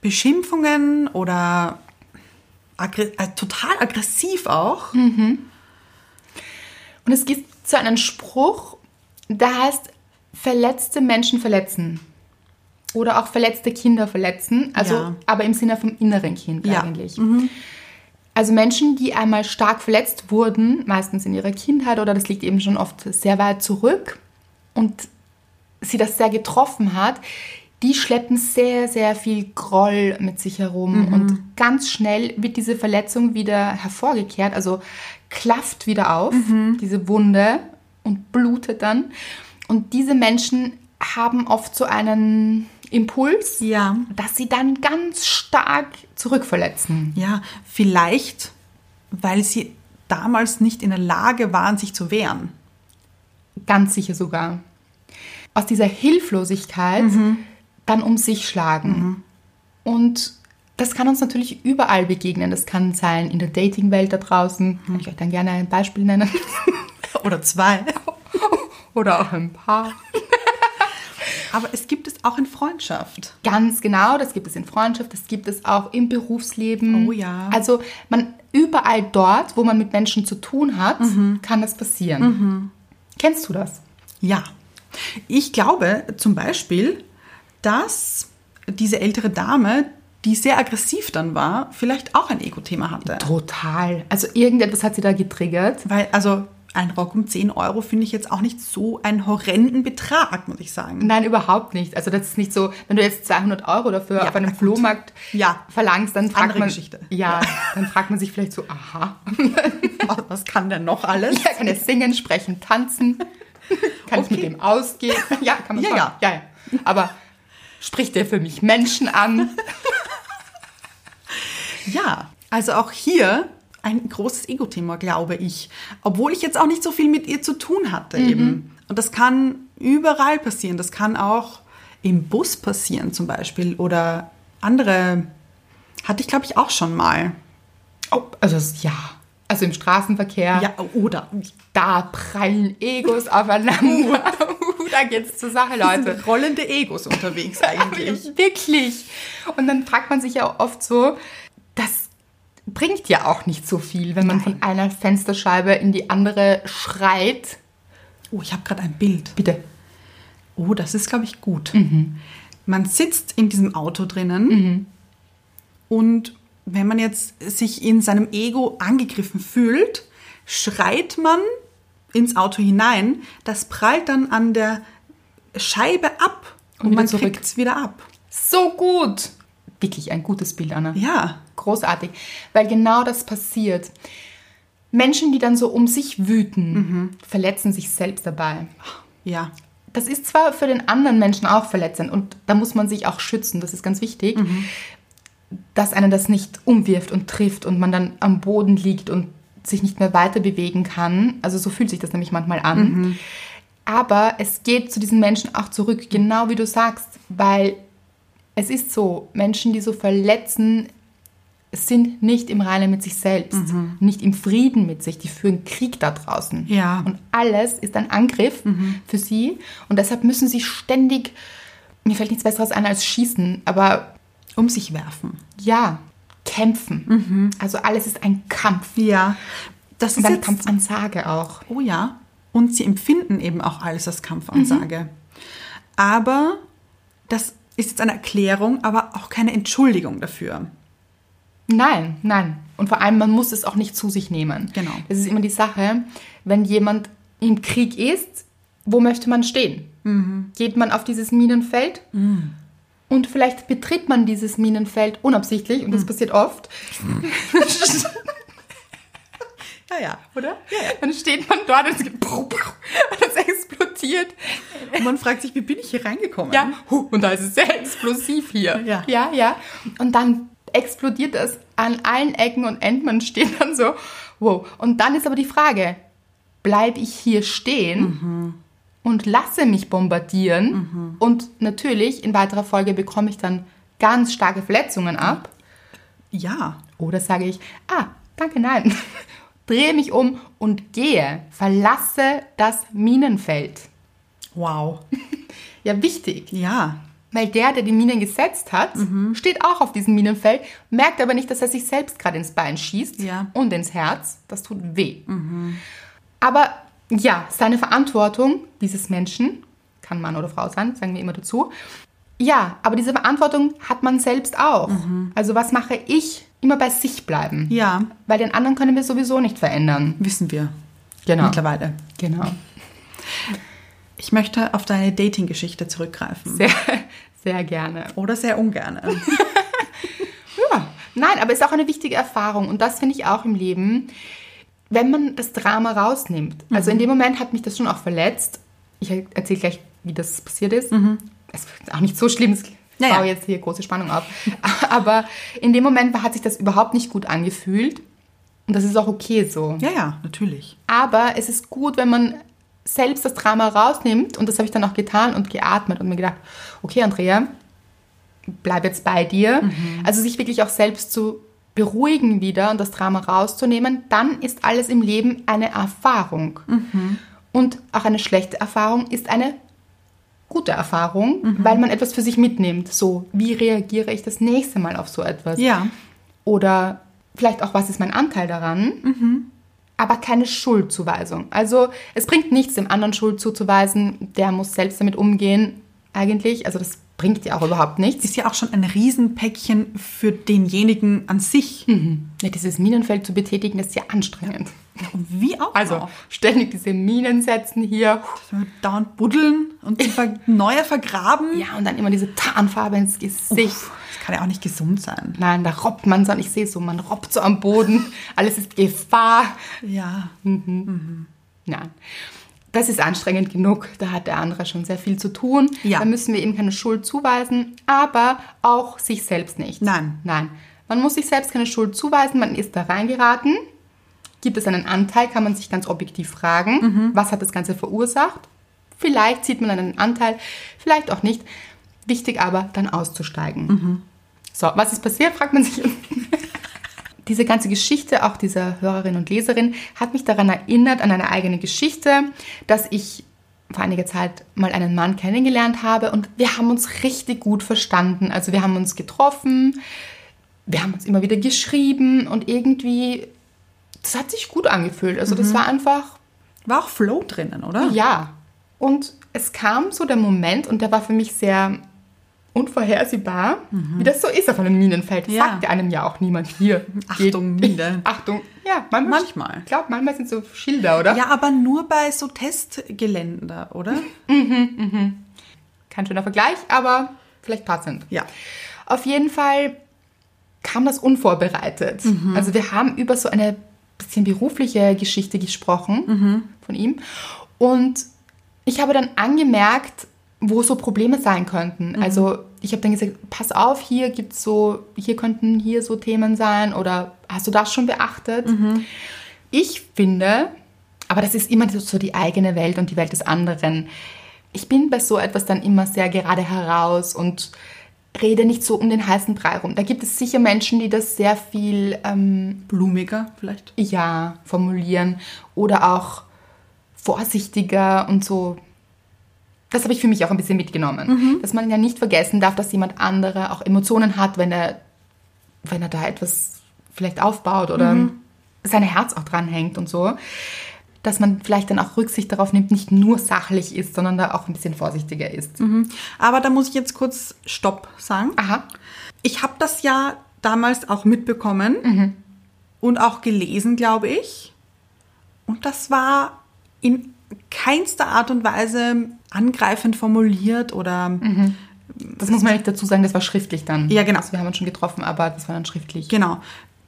[SPEAKER 2] Beschimpfungen oder aggre äh, total aggressiv auch.
[SPEAKER 1] Mhm. Und es gibt so einen Spruch, der heißt, verletzte Menschen verletzen. Oder auch verletzte Kinder verletzen. Also,
[SPEAKER 2] Ja.
[SPEAKER 1] aber im Sinne vom inneren Kind
[SPEAKER 2] Ja. Mhm.
[SPEAKER 1] eigentlich. Also Menschen, die einmal stark verletzt wurden, meistens in ihrer Kindheit oder das liegt eben schon oft sehr weit zurück und sie das sehr getroffen hat, die schleppen sehr, sehr viel Groll mit sich herum und ganz schnell wird diese Verletzung wieder hervorgekehrt, also klafft wieder auf, diese Wunde und blutet dann. Und diese Menschen haben oft so einen Impuls,
[SPEAKER 2] Ja.
[SPEAKER 1] dass sie dann ganz stark zurückverletzen.
[SPEAKER 2] Ja, vielleicht, weil sie damals nicht in der Lage waren, sich zu wehren.
[SPEAKER 1] Ganz sicher sogar. Aus dieser Hilflosigkeit dann um sich schlagen. Und das kann uns natürlich überall begegnen. Das kann sein in der Dating-Welt da draußen. Kann ich euch dann gerne ein Beispiel nennen.
[SPEAKER 2] Oder zwei.
[SPEAKER 1] Oder auch ein paar.
[SPEAKER 2] Aber es gibt es auch in Freundschaft.
[SPEAKER 1] Ganz genau, das gibt es in Freundschaft, das gibt es auch im Berufsleben.
[SPEAKER 2] Oh ja.
[SPEAKER 1] Also man überall dort, wo man mit Menschen zu tun hat, kann das passieren. Kennst du das?
[SPEAKER 2] Ja. Ich glaube zum Beispiel, dass diese ältere Dame, die sehr aggressiv dann war, vielleicht auch ein Ego-Thema hatte.
[SPEAKER 1] Total. Also irgendetwas hat sie da getriggert.
[SPEAKER 2] Weil, also ein Rock um 10 Euro finde ich jetzt auch nicht so einen horrenden Betrag, muss ich sagen.
[SPEAKER 1] Nein, überhaupt nicht. Also das ist nicht so, wenn du jetzt 200 Euro dafür
[SPEAKER 2] Ja,
[SPEAKER 1] auf einem
[SPEAKER 2] gut.
[SPEAKER 1] Flohmarkt
[SPEAKER 2] Ja.
[SPEAKER 1] verlangst, dann fragt
[SPEAKER 2] Andere
[SPEAKER 1] man,
[SPEAKER 2] Geschichte.
[SPEAKER 1] Ja, dann fragt man sich vielleicht so, aha,
[SPEAKER 2] Was, was kann denn noch alles?
[SPEAKER 1] ja, kann er singen, sprechen, tanzen? Kann ich mit
[SPEAKER 2] Okay.
[SPEAKER 1] dem ausgehen? Ja, kann man
[SPEAKER 2] Ja,
[SPEAKER 1] schon.
[SPEAKER 2] ja.
[SPEAKER 1] ja, ja. Aber spricht der für mich Menschen an?
[SPEAKER 2] Ja, also auch hier ein großes Ego-Thema, glaube ich. Obwohl ich jetzt auch nicht so viel mit ihr zu tun hatte eben. Und das kann überall passieren. Das kann auch im Bus passieren zum Beispiel oder andere. Hatte ich, glaube ich, auch schon mal.
[SPEAKER 1] Oh, also das- ja. Also im Straßenverkehr,
[SPEAKER 2] oder
[SPEAKER 1] da prallen Egos aufeinander. Uh, da geht's zur Sache, Leute.
[SPEAKER 2] sind rollende Egos unterwegs eigentlich.
[SPEAKER 1] Wirklich. Und dann fragt man sich ja oft so, das bringt ja auch nicht so viel, wenn man von einer Fensterscheibe in die andere schreit.
[SPEAKER 2] Oh, ich habe gerade ein Bild.
[SPEAKER 1] Bitte.
[SPEAKER 2] Oh, das ist, glaube ich, gut. Man sitzt in diesem Auto drinnen und wenn man jetzt sich in seinem Ego angegriffen fühlt, schreit man ins Auto hinein. Das prallt dann an der Scheibe ab
[SPEAKER 1] Und
[SPEAKER 2] und,
[SPEAKER 1] wieder
[SPEAKER 2] man
[SPEAKER 1] zurück.
[SPEAKER 2] kriegt es wieder ab.
[SPEAKER 1] So gut. Wirklich ein gutes Bild, Anna.
[SPEAKER 2] Ja,
[SPEAKER 1] Großartig. Weil genau das passiert. Menschen, die dann so um sich wüten, verletzen sich selbst dabei.
[SPEAKER 2] ja,
[SPEAKER 1] Das ist zwar für den anderen Menschen auch verletzend und da muss man sich auch schützen, das ist ganz wichtig. dass einen das nicht umwirft und trifft und man dann am Boden liegt und sich nicht mehr weiter bewegen kann. Also so fühlt sich das nämlich manchmal an. Aber es geht zu diesen Menschen auch zurück, genau wie du sagst, weil es ist so, Menschen, die so verletzen, sind nicht im Reinen mit sich selbst, nicht im Frieden mit sich, die führen Krieg da draußen.
[SPEAKER 2] Ja.
[SPEAKER 1] Und alles ist ein Angriff für sie und deshalb müssen sie ständig, mir fällt nichts Besseres ein als schießen, aber
[SPEAKER 2] Um sich werfen.
[SPEAKER 1] ja, kämpfen. Also alles ist ein Kampf.
[SPEAKER 2] Ja. Das
[SPEAKER 1] Und
[SPEAKER 2] ist
[SPEAKER 1] eine
[SPEAKER 2] jetzt,
[SPEAKER 1] Kampfansage auch.
[SPEAKER 2] Oh ja. Und sie empfinden eben auch alles als Kampfansage. Aber das ist jetzt eine Erklärung, aber auch keine Entschuldigung dafür.
[SPEAKER 1] Nein, nein. Und vor allem, man muss es auch nicht zu sich nehmen.
[SPEAKER 2] Genau.
[SPEAKER 1] Das ist immer die Sache, wenn jemand im Krieg ist, wo möchte man stehen? Geht man auf dieses Minenfeld? Und vielleicht betritt man dieses Minenfeld unabsichtlich, und
[SPEAKER 2] Hm.
[SPEAKER 1] das passiert oft.
[SPEAKER 2] Ja, ja, oder?
[SPEAKER 1] Dann steht man dort und es, geht und es explodiert.
[SPEAKER 2] Und man fragt sich, wie bin ich hier reingekommen?
[SPEAKER 1] Ja, hu, und da ist es sehr explosiv hier.
[SPEAKER 2] Ja.
[SPEAKER 1] ja, ja. Und dann explodiert es an allen Ecken und Enden. Man steht dann so, wow. Und dann ist aber die Frage, bleibe ich hier stehen und lasse mich bombardieren? Und natürlich, in weiterer Folge bekomme ich dann ganz starke Verletzungen ab.
[SPEAKER 2] Ja.
[SPEAKER 1] Oder sage ich, ah, danke, nein. Drehe mich um und gehe, verlasse das Minenfeld.
[SPEAKER 2] Wow.
[SPEAKER 1] Ja, wichtig.
[SPEAKER 2] Ja.
[SPEAKER 1] Weil der, der die Minen gesetzt hat,
[SPEAKER 2] Mhm.
[SPEAKER 1] steht auch auf diesem Minenfeld, merkt aber nicht, dass er sich selbst gerade ins Bein schießt
[SPEAKER 2] Ja. Mhm.
[SPEAKER 1] und ins Herz. Das tut weh. Aber ja, seine Verantwortung dieses Menschen, kann Mann oder Frau sein, sagen wir immer dazu. Ja, aber diese Verantwortung hat man selbst auch. Also was mache ich? Immer bei sich bleiben.
[SPEAKER 2] Mhm. Ja.
[SPEAKER 1] Weil den anderen können wir sowieso nicht verändern.
[SPEAKER 2] Wissen wir
[SPEAKER 1] Genau.
[SPEAKER 2] mittlerweile.
[SPEAKER 1] Genau.
[SPEAKER 2] Ich möchte auf deine Dating-Geschichte zurückgreifen.
[SPEAKER 1] Sehr, sehr gerne.
[SPEAKER 2] Oder sehr ungern.
[SPEAKER 1] Ja, nein, aber ist auch eine wichtige Erfahrung und das finde ich auch im Leben, wenn man das Drama rausnimmt. Also in dem Moment hat mich das schon auch verletzt. Ich erzähle gleich, wie das passiert ist. Es ist auch nicht so schlimm, es
[SPEAKER 2] Naja.
[SPEAKER 1] baue jetzt hier große Spannung auf. Aber in dem Moment hat sich das überhaupt nicht gut angefühlt und das ist auch okay so.
[SPEAKER 2] ja, ja, natürlich.
[SPEAKER 1] Aber es ist gut, wenn man selbst das Drama rausnimmt und das habe ich dann auch getan und geatmet und mir gedacht, okay, Andrea, bleib jetzt bei dir. Also sich wirklich auch selbst zu beruhigen wieder und das Drama rauszunehmen, dann ist alles im Leben eine Erfahrung. Und auch eine schlechte Erfahrung ist eine gute Erfahrung, weil man etwas für sich mitnimmt. So, wie reagiere ich das nächste Mal auf so etwas?
[SPEAKER 2] Ja.
[SPEAKER 1] Oder vielleicht auch, was ist mein Anteil daran? Aber keine Schuldzuweisung. Also es bringt nichts, dem anderen Schuld zuzuweisen. Der muss selbst damit umgehen, eigentlich. Also das bringt ja auch überhaupt nichts.
[SPEAKER 2] Ist ja auch schon ein Riesenpäckchen für denjenigen an sich.
[SPEAKER 1] Ja, dieses Minenfeld zu betätigen, das ist ja anstrengend.
[SPEAKER 2] Und wie auch.
[SPEAKER 1] Also
[SPEAKER 2] noch.
[SPEAKER 1] ständig diese Minen setzen hier.
[SPEAKER 2] Dauernd buddeln und sich ver neue vergraben.
[SPEAKER 1] Ja, und dann immer diese Tarnfarbe ins Gesicht.
[SPEAKER 2] Uff, Das kann ja auch nicht gesund sein.
[SPEAKER 1] Nein, da robbt man so. Und ich sehe so, man robbt so am Boden. Alles ist Gefahr.
[SPEAKER 2] Ja.
[SPEAKER 1] Nein. Das ist anstrengend genug. Da hat der andere schon sehr viel zu tun.
[SPEAKER 2] Ja.
[SPEAKER 1] Da müssen wir ihm keine Schuld zuweisen, aber auch sich selbst nicht.
[SPEAKER 2] Nein.
[SPEAKER 1] Nein. Man muss sich selbst keine Schuld zuweisen. Man ist da reingeraten. Gibt es einen Anteil, kann man sich ganz objektiv fragen. Was hat das Ganze verursacht? Vielleicht zieht man einen Anteil, vielleicht auch nicht. Wichtig aber, dann auszusteigen. So, was ist passiert, fragt man sich. Diese ganze Geschichte, auch dieser Hörerin und Leserin, hat mich daran erinnert, an eine eigene Geschichte, dass ich vor einiger Zeit mal einen Mann kennengelernt habe und wir haben uns richtig gut verstanden. Also wir haben uns getroffen, wir haben uns immer wieder geschrieben und irgendwie, das hat sich gut angefühlt. Also
[SPEAKER 2] Mhm.
[SPEAKER 1] das war einfach,
[SPEAKER 2] War auch Flow drinnen, oder?
[SPEAKER 1] ja. Und es kam so der Moment und der war für mich sehr unvorhersehbar, wie das so ist auf einem Minenfeld. Das
[SPEAKER 2] Mhm. Ja.
[SPEAKER 1] sagt ja einem ja auch niemand hier.
[SPEAKER 2] Achtung,
[SPEAKER 1] geht-
[SPEAKER 2] Mine.
[SPEAKER 1] Achtung. Ja, manchmal.
[SPEAKER 2] Manchmal.
[SPEAKER 1] Ich glaube, manchmal sind so Schilder, oder?
[SPEAKER 2] Ja, aber nur bei so Testgeländer, oder?
[SPEAKER 1] Kein schöner Vergleich, aber vielleicht passend.
[SPEAKER 2] Ja.
[SPEAKER 1] Auf jeden Fall kam das unvorbereitet. Also wir haben über so eine bisschen berufliche Geschichte gesprochen von ihm. Und ich habe dann angemerkt, wo so Probleme sein könnten. Also ich habe dann gesagt, pass auf, hier gibt's so, hier könnten hier so Themen sein oder hast du das schon beachtet? Ich finde, aber das ist immer so- so die eigene Welt und die Welt des anderen. Ich bin bei so etwas dann immer sehr gerade heraus und rede nicht so um den heißen Brei rum. Da gibt es sicher Menschen, die das sehr viel ähm,
[SPEAKER 2] Blumiger vielleicht.
[SPEAKER 1] ja, formulieren oder auch vorsichtiger und so. Das habe ich für mich auch ein bisschen mitgenommen.
[SPEAKER 2] Mhm.
[SPEAKER 1] Dass man ja nicht vergessen darf, dass jemand anderer auch Emotionen hat, wenn er, wenn er da etwas vielleicht aufbaut oder
[SPEAKER 2] Mhm.
[SPEAKER 1] sein Herz auch dranhängt und so. Dass man vielleicht dann auch Rücksicht darauf nimmt, nicht nur sachlich ist, sondern da auch ein bisschen vorsichtiger ist.
[SPEAKER 2] Mhm. Aber da muss ich jetzt kurz Stopp sagen.
[SPEAKER 1] Aha.
[SPEAKER 2] Ich habe das ja damals auch mitbekommen
[SPEAKER 1] Mhm.
[SPEAKER 2] und auch gelesen, glaube ich. Und das war in keinster Art und Weise angreifend formuliert oder
[SPEAKER 1] Mhm. Das muss man nicht dazu sagen, das war schriftlich dann.
[SPEAKER 2] Ja, genau.
[SPEAKER 1] Also wir haben uns schon getroffen, aber das war dann schriftlich.
[SPEAKER 2] Genau.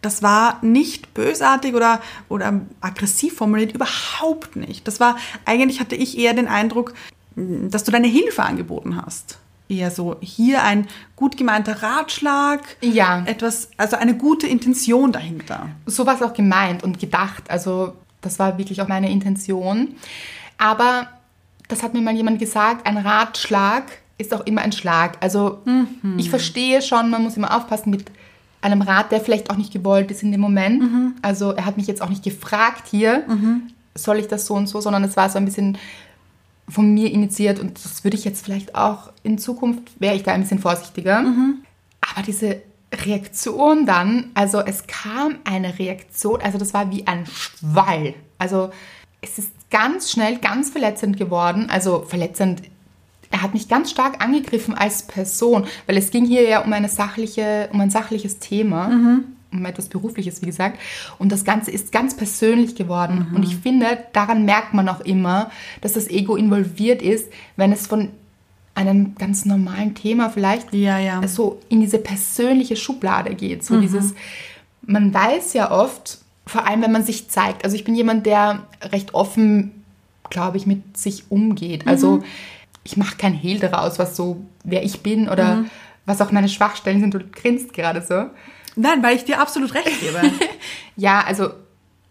[SPEAKER 2] Das war nicht bösartig oder, oder aggressiv formuliert, überhaupt nicht. Das war, eigentlich hatte ich eher den Eindruck, mh, dass du deine Hilfe angeboten hast. Eher so hier ein gut gemeinter Ratschlag.
[SPEAKER 1] Ja.
[SPEAKER 2] Etwas, also eine gute Intention dahinter.
[SPEAKER 1] so war es auch gemeint und gedacht. Also das war wirklich auch meine Intention. Aber das hat mir mal jemand gesagt, ein Ratschlag ist auch immer ein Schlag. Also ich verstehe schon, man muss immer aufpassen mit einem Rat, der vielleicht auch nicht gewollt ist in dem Moment. Also er hat mich jetzt auch nicht gefragt hier, soll ich das so und so, sondern es war so ein bisschen von mir initiiert und das würde ich jetzt vielleicht auch in Zukunft, wäre ich da ein bisschen vorsichtiger. Aber diese Reaktion dann, also es kam eine Reaktion, also das war wie ein Schwall. Also es ist ganz schnell ganz verletzend geworden, also verletzend. Er hat mich ganz stark angegriffen als Person, weil es ging hier ja um eine sachliche, um ein sachliches Thema,
[SPEAKER 2] Mhm.
[SPEAKER 1] um etwas berufliches, wie gesagt. Und das Ganze ist ganz persönlich geworden.
[SPEAKER 2] Mhm.
[SPEAKER 1] Und ich finde, daran merkt man auch immer, dass das Ego involviert ist, wenn es von einem ganz normalen Thema vielleicht
[SPEAKER 2] Ja, ja. Mhm.
[SPEAKER 1] so in diese persönliche Schublade geht. So dieses, man weiß ja oft, vor allem wenn man sich zeigt. Also ich bin jemand, der recht offen, glaube ich, mit sich umgeht. Also
[SPEAKER 2] Mhm.
[SPEAKER 1] ich mache kein Hehl daraus, was so, wer ich bin oder
[SPEAKER 2] Mhm.
[SPEAKER 1] was auch meine Schwachstellen sind. Du grinst gerade so.
[SPEAKER 2] Nein, weil ich dir absolut recht gebe.
[SPEAKER 1] Ja, also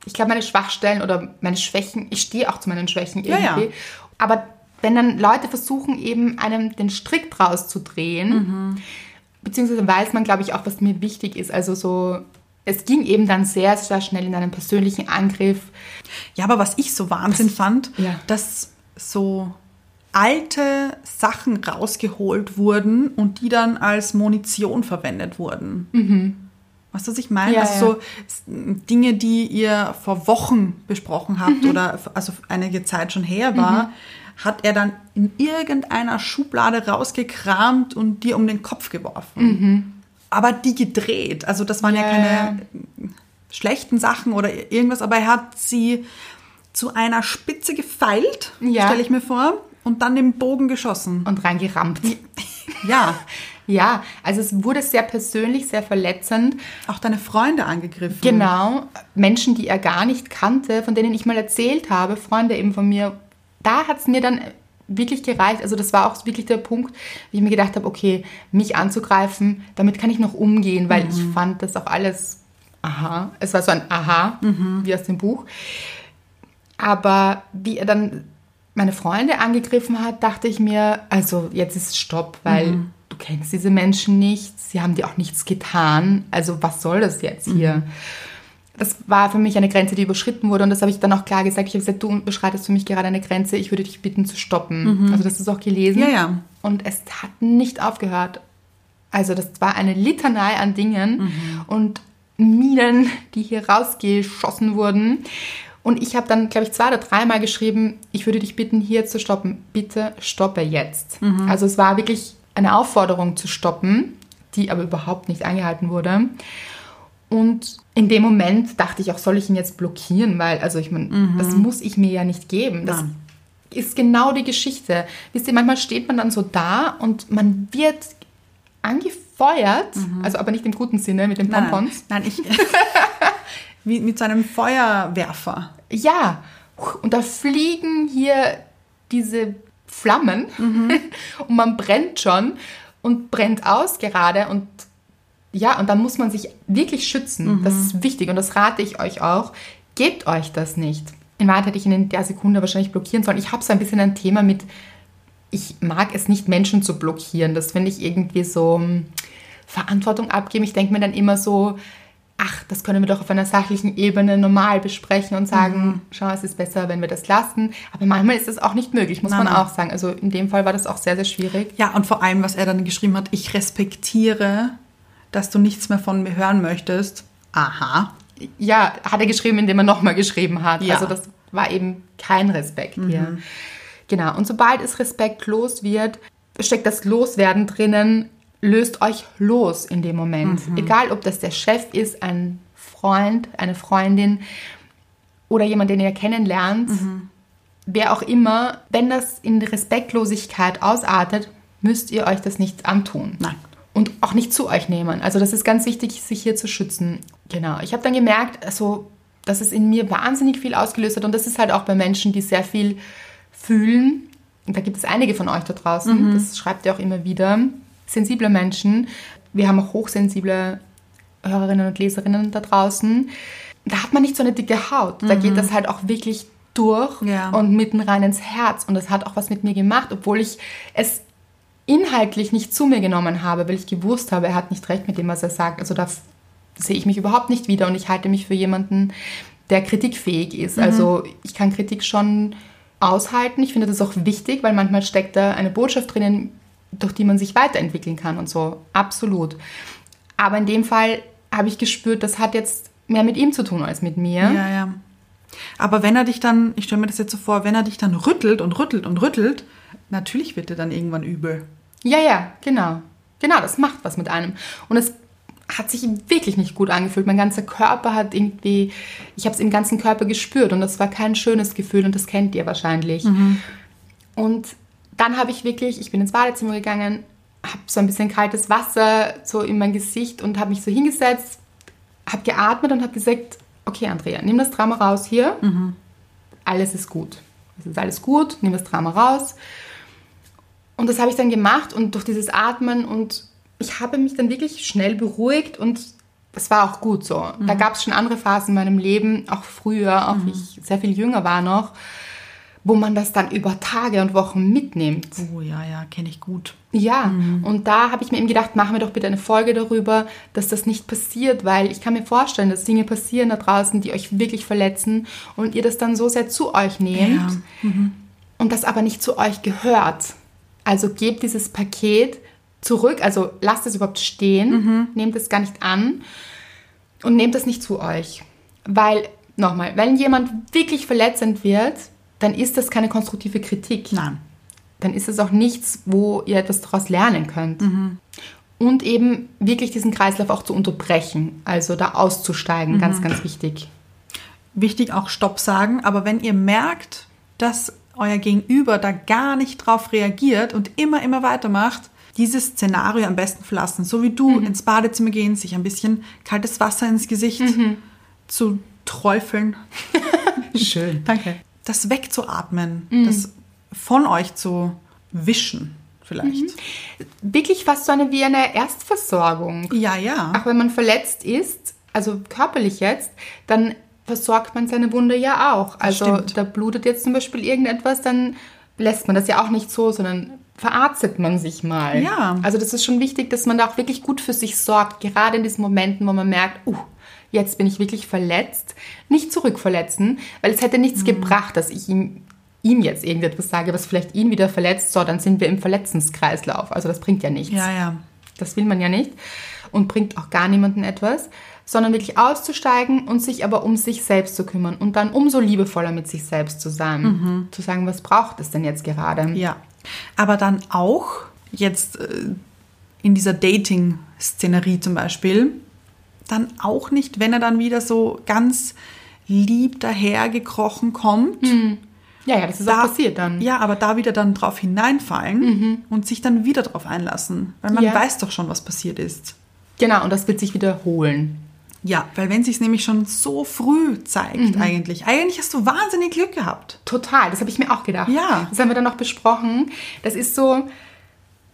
[SPEAKER 1] ich glaube, meine Schwachstellen oder meine Schwächen, ich stehe auch zu meinen Schwächen
[SPEAKER 2] Ja,
[SPEAKER 1] irgendwie.
[SPEAKER 2] ja.
[SPEAKER 1] Aber wenn dann Leute versuchen, eben einem den Strick draus zu
[SPEAKER 2] Mhm.
[SPEAKER 1] drehen, beziehungsweise weiß man, glaube ich, auch, was mir wichtig ist. Also so, es ging eben dann sehr, sehr schnell in einen persönlichen Angriff.
[SPEAKER 2] ja, aber was ich so Wahnsinn fand,
[SPEAKER 1] Ja.
[SPEAKER 2] dass so alte Sachen rausgeholt wurden und die dann als Munition verwendet wurden. Weißt du, was ich meine?
[SPEAKER 1] Mhm. Ja,
[SPEAKER 2] also
[SPEAKER 1] ja.
[SPEAKER 2] so s- Dinge, die ihr vor Wochen besprochen
[SPEAKER 1] Mhm.
[SPEAKER 2] habt oder f- also einige Zeit schon her war, hat er dann in irgendeiner Schublade rausgekramt und dir um den Kopf geworfen. Aber die gedreht. Also das waren ja,
[SPEAKER 1] Ja,
[SPEAKER 2] keine schlechten Sachen oder ir- irgendwas, aber er hat sie zu einer Spitze gefeilt,
[SPEAKER 1] Ja.
[SPEAKER 2] stelle ich mir vor, und dann den Bogen geschossen.
[SPEAKER 1] Und reingerammt.
[SPEAKER 2] Ja,
[SPEAKER 1] Ja, also es wurde sehr persönlich, sehr verletzend.
[SPEAKER 2] auch deine Freunde angegriffen.
[SPEAKER 1] Genau, Menschen, die er gar nicht kannte, von denen ich mal erzählt habe, Freunde eben von mir, da hat es mir dann wirklich gereicht. Also das war auch wirklich der Punkt, wie ich mir gedacht habe, okay, mich anzugreifen, damit kann ich noch umgehen, weil ich fand das auch alles, aha, es war so ein Aha, wie aus dem Buch. Aber wie er dann meine Freunde angegriffen hat, dachte ich mir, also jetzt ist Stopp, weil
[SPEAKER 2] Mhm.
[SPEAKER 1] du kennst diese Menschen nicht, sie haben dir auch nichts getan, also was soll das jetzt hier?
[SPEAKER 2] Mhm.
[SPEAKER 1] Das war für mich eine Grenze, die überschritten wurde und das habe ich dann auch klar gesagt. Ich habe gesagt, du überschreitest für mich gerade eine Grenze, ich würde dich bitten zu stoppen. Also das ist auch gelesen.
[SPEAKER 2] Mhm. Ja, ja.
[SPEAKER 1] Und es hat nicht aufgehört. Also das war eine Litanei an Dingen und Minen, die hier rausgeschossen wurden. Und ich habe dann, glaube ich, zwei oder dreimal geschrieben, ich würde dich bitten, hier zu stoppen. Bitte stoppe jetzt. Also es war wirklich eine Aufforderung zu stoppen, die aber überhaupt nicht eingehalten wurde. Und in dem Moment dachte ich auch, soll ich ihn jetzt blockieren? Weil, also ich meine, das muss ich mir ja nicht geben. Das
[SPEAKER 2] Nein.
[SPEAKER 1] ist genau die Geschichte. Wisst ihr, manchmal steht man dann so da und man wird angefeuert, also aber nicht im guten Sinne mit den
[SPEAKER 2] Mhm. Nein, nein,
[SPEAKER 1] Pompons.
[SPEAKER 2] nein ich. wie mit so einem Feuerwerfer.
[SPEAKER 1] Ja, und da fliegen hier diese Flammen
[SPEAKER 2] Mhm.
[SPEAKER 1] und man brennt schon und brennt aus gerade und ja, und dann muss man sich wirklich schützen. Das ist wichtig und das rate ich euch auch. Gebt euch das nicht. In Wahrheit hätte ich ihn in der Sekunde wahrscheinlich blockieren sollen. Ich habe so ein bisschen ein Thema mit, ich mag es nicht, Menschen zu blockieren. Das finde ich irgendwie so hm, Verantwortung abgeben. Ich denke mir dann immer so, ach, das können wir doch auf einer sachlichen Ebene normal besprechen und sagen, schau, es ist besser, wenn wir das lassen. Aber manchmal ist das auch nicht möglich, muss
[SPEAKER 2] Nein,
[SPEAKER 1] man
[SPEAKER 2] nein.
[SPEAKER 1] auch sagen. Also in dem Fall war das auch sehr, sehr schwierig.
[SPEAKER 2] Ja, und vor allem, was er dann geschrieben hat, ich respektiere, dass du nichts mehr von mir hören möchtest. Aha.
[SPEAKER 1] Ja, hat er geschrieben, indem er nochmal geschrieben hat.
[SPEAKER 2] Ja.
[SPEAKER 1] Also das war eben kein Respekt hier. Genau, und sobald es respektlos wird, steckt das Loswerden drinnen, löst euch los in dem Moment. Egal, ob das der Chef ist, ein Freund, eine Freundin oder jemand, den ihr kennenlernt, wer auch immer, wenn das in Respektlosigkeit ausartet, müsst ihr euch das nicht antun.
[SPEAKER 2] Nein.
[SPEAKER 1] Und auch nicht zu euch nehmen. Also das ist ganz wichtig, sich hier zu schützen. Genau. Ich habe dann gemerkt, also, dass es in mir wahnsinnig viel ausgelöst hat. Und das ist halt auch bei Menschen, die sehr viel fühlen. Und da gibt es einige von euch da draußen, das schreibt ihr auch immer wieder. Sensible Menschen. Wir haben auch hochsensible Hörerinnen und Leserinnen da draußen, da hat man nicht so eine dicke Haut. Da geht das halt auch wirklich durch
[SPEAKER 2] Ja.
[SPEAKER 1] und mitten rein ins Herz. Und das hat auch was mit mir gemacht, obwohl ich es inhaltlich nicht zu mir genommen habe, weil ich gewusst habe, er hat nicht recht mit dem, was er sagt. Also da f- sehe ich mich überhaupt nicht wieder und ich halte mich für jemanden, der kritikfähig ist.
[SPEAKER 2] Mhm.
[SPEAKER 1] Also ich kann Kritik schon aushalten. Ich finde das auch wichtig, weil manchmal steckt da eine Botschaft drinnen, durch die man sich weiterentwickeln kann und so. Absolut. Aber in dem Fall habe ich gespürt, das hat jetzt mehr mit ihm zu tun als mit mir.
[SPEAKER 2] Ja, ja. Aber wenn er dich dann, ich stelle mir das jetzt so vor, wenn er dich dann rüttelt und rüttelt und rüttelt, natürlich wird dir dann irgendwann übel.
[SPEAKER 1] Ja, ja, genau. Genau, das macht was mit einem. Und es hat sich wirklich nicht gut angefühlt. Mein ganzer Körper hat irgendwie, ich habe es im ganzen Körper gespürt und das war kein schönes Gefühl und das kennt ihr wahrscheinlich. Und dann habe ich wirklich, ich bin ins Badezimmer gegangen, habe so ein bisschen kaltes Wasser so in mein Gesicht und habe mich so hingesetzt, habe geatmet und habe gesagt, okay Andrea, nimm das Drama raus hier, alles ist gut. Es ist alles gut, nimm das Drama raus. Und das habe ich dann gemacht und durch dieses Atmen und ich habe mich dann wirklich schnell beruhigt und das war auch gut so. Da gab es schon andere Phasen in meinem Leben, auch früher, auch wie ich sehr viel jünger war noch, wo man das dann über Tage und Wochen mitnimmt.
[SPEAKER 2] Oh ja, ja, kenne ich gut.
[SPEAKER 1] Ja,
[SPEAKER 2] Mhm.
[SPEAKER 1] und da habe ich mir eben gedacht, machen wir doch bitte eine Folge darüber, dass das nicht passiert, weil ich kann mir vorstellen, dass Dinge passieren da draußen, die euch wirklich verletzen und ihr das dann so sehr zu euch nehmt
[SPEAKER 2] Ja. Mhm.
[SPEAKER 1] und das aber nicht zu euch gehört. Also gebt dieses Paket zurück, also lasst es überhaupt stehen,
[SPEAKER 2] Mhm.
[SPEAKER 1] nehmt es gar nicht an und nehmt es nicht zu euch. Weil, nochmal, wenn jemand wirklich verletzend wird, dann ist das keine konstruktive Kritik
[SPEAKER 2] Nein.
[SPEAKER 1] dann ist es auch nichts, wo ihr etwas daraus lernen könnt. Und eben wirklich diesen Kreislauf auch zu unterbrechen, also da auszusteigen, ganz, ganz wichtig.
[SPEAKER 2] Wichtig auch Stopp sagen, aber wenn ihr merkt, dass euer Gegenüber da gar nicht drauf reagiert und immer, immer weitermacht, dieses Szenario am besten verlassen. So wie du ins Badezimmer gehen, sich ein bisschen kaltes Wasser ins Gesicht zu träufeln.
[SPEAKER 1] Schön.
[SPEAKER 2] Danke. Das wegzuatmen, das von euch zu wischen, vielleicht.
[SPEAKER 1] Wirklich fast so eine wie eine Erstversorgung.
[SPEAKER 2] Ja, ja.
[SPEAKER 1] Auch wenn man verletzt ist, also körperlich jetzt, dann versorgt man seine Wunde ja auch. Also
[SPEAKER 2] stimmt.
[SPEAKER 1] da blutet jetzt zum Beispiel irgendetwas, dann lässt man das ja auch nicht so, sondern verarztet man sich mal.
[SPEAKER 2] Ja.
[SPEAKER 1] Also das ist schon wichtig, dass man da auch wirklich gut für sich sorgt, gerade in diesen Momenten, wo man merkt, uh, jetzt bin ich wirklich verletzt, nicht zurückverletzen, weil es hätte
[SPEAKER 2] Mhm.
[SPEAKER 1] nichts gebracht, dass ich ihm ihm jetzt irgendetwas sage, was vielleicht ihn wieder verletzt, so, dann sind wir im Verletzenskreislauf. Also das bringt ja nichts.
[SPEAKER 2] Ja, ja.
[SPEAKER 1] Das will man ja nicht und bringt auch gar niemandem etwas, sondern wirklich auszusteigen und sich aber um sich selbst zu kümmern und dann umso liebevoller mit sich selbst zu sein. Zu sagen, was braucht es denn jetzt gerade?
[SPEAKER 2] Mhm. Ja. Aber dann auch jetzt äh, in dieser Dating-Szenerie zum Beispiel, dann auch nicht, wenn er dann wieder so ganz lieb dahergekrochen kommt.
[SPEAKER 1] ja, ja, das ist auch Hm, passiert dann. Mhm.
[SPEAKER 2] Ja, aber da wieder dann drauf hineinfallen und sich dann wieder drauf einlassen. Weil man
[SPEAKER 1] Ja.
[SPEAKER 2] weiß doch schon, was passiert ist.
[SPEAKER 1] Genau, und das wird sich wiederholen.
[SPEAKER 2] Ja, weil wenn sich's nämlich schon so früh
[SPEAKER 1] Mhm.
[SPEAKER 2] zeigt eigentlich, eigentlich hast du wahnsinnig Glück gehabt.
[SPEAKER 1] Total, das habe ich mir auch gedacht.
[SPEAKER 2] Ja.
[SPEAKER 1] Das haben wir dann noch besprochen. Das ist so,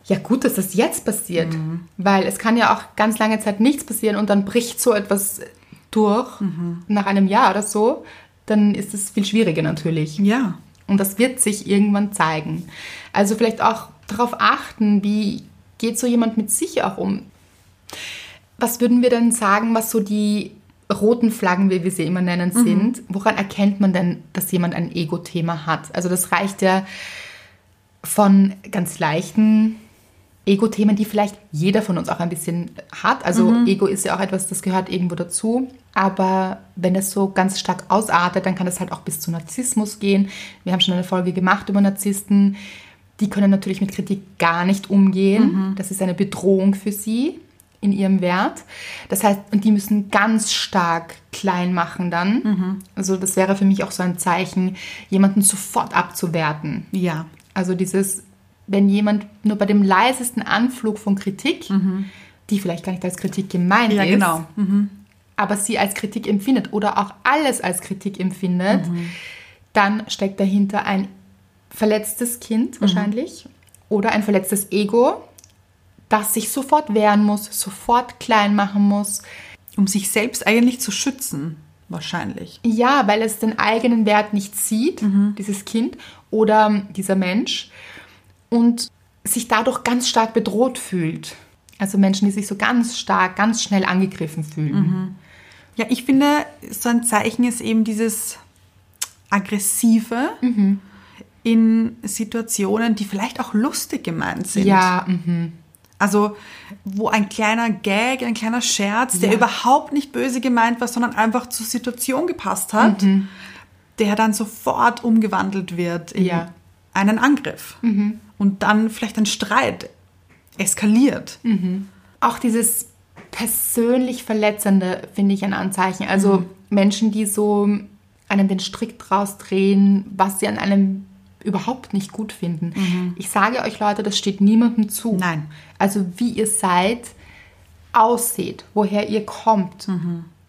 [SPEAKER 1] ja gut, dass das jetzt passiert,
[SPEAKER 2] Mhm.
[SPEAKER 1] weil es kann ja auch ganz lange Zeit nichts passieren und dann bricht so etwas durch
[SPEAKER 2] Mhm.
[SPEAKER 1] nach einem Jahr oder so, dann ist es viel schwieriger natürlich.
[SPEAKER 2] Ja.
[SPEAKER 1] Und das wird sich irgendwann zeigen. Also vielleicht auch darauf achten, wie geht so jemand mit sich auch um. Was würden wir denn sagen, was so die roten Flaggen, wie wir sie immer nennen, sind? Woran erkennt man denn, dass jemand ein Ego-Thema hat? Also das reicht ja von ganz leichten Ego-Themen, die vielleicht jeder von uns auch ein bisschen hat. Also Ego ist ja auch etwas, das gehört irgendwo dazu. Aber wenn das so ganz stark ausartet, dann kann das halt auch bis zu Narzissmus gehen. Wir haben schon eine Folge gemacht über Narzissten. Die können natürlich mit Kritik gar nicht umgehen. Das ist eine Bedrohung für sie in ihrem Wert. Das heißt, und die müssen ganz stark klein machen dann. Also das wäre für mich auch so ein Zeichen, jemanden sofort abzuwerten.
[SPEAKER 2] Ja.
[SPEAKER 1] Also dieses, wenn jemand nur bei dem leisesten Anflug von Kritik, die vielleicht gar nicht als Kritik gemeint
[SPEAKER 2] Mhm. Ja,
[SPEAKER 1] ist,
[SPEAKER 2] genau.
[SPEAKER 1] aber sie als Kritik empfindet oder auch alles als Kritik empfindet,
[SPEAKER 2] Mhm.
[SPEAKER 1] dann steckt dahinter ein verletztes
[SPEAKER 2] Mhm.
[SPEAKER 1] Kind wahrscheinlich oder ein verletztes Ego, das sich sofort wehren muss, sofort klein machen muss.
[SPEAKER 2] Um sich selbst eigentlich zu schützen, wahrscheinlich.
[SPEAKER 1] Ja, weil es den eigenen Wert nicht sieht, dieses Kind oder dieser Mensch, und sich dadurch ganz stark bedroht fühlt. Also Menschen, die sich so ganz stark, ganz schnell angegriffen fühlen.
[SPEAKER 2] Ja, ich finde, so ein Zeichen ist eben dieses Aggressive in Situationen, die vielleicht auch lustig gemeint sind.
[SPEAKER 1] Ja, mhm.
[SPEAKER 2] Also, wo ein kleiner Gag, ein kleiner Scherz, der
[SPEAKER 1] Ja.
[SPEAKER 2] überhaupt nicht böse gemeint war, sondern einfach zur Situation gepasst hat,
[SPEAKER 1] Mhm.
[SPEAKER 2] der dann sofort umgewandelt wird in
[SPEAKER 1] Ja. Mhm.
[SPEAKER 2] einen Angriff. Und dann vielleicht ein Streit eskaliert.
[SPEAKER 1] Mhm. auch dieses persönlich Verletzende finde ich ein Anzeichen. Also Menschen, die so einem den Strick draus drehen, was sie an einem überhaupt nicht gut finden. Ich sage euch Leute, das steht niemandem zu.
[SPEAKER 2] Nein.
[SPEAKER 1] Also wie ihr seid, ausseht, woher ihr kommt,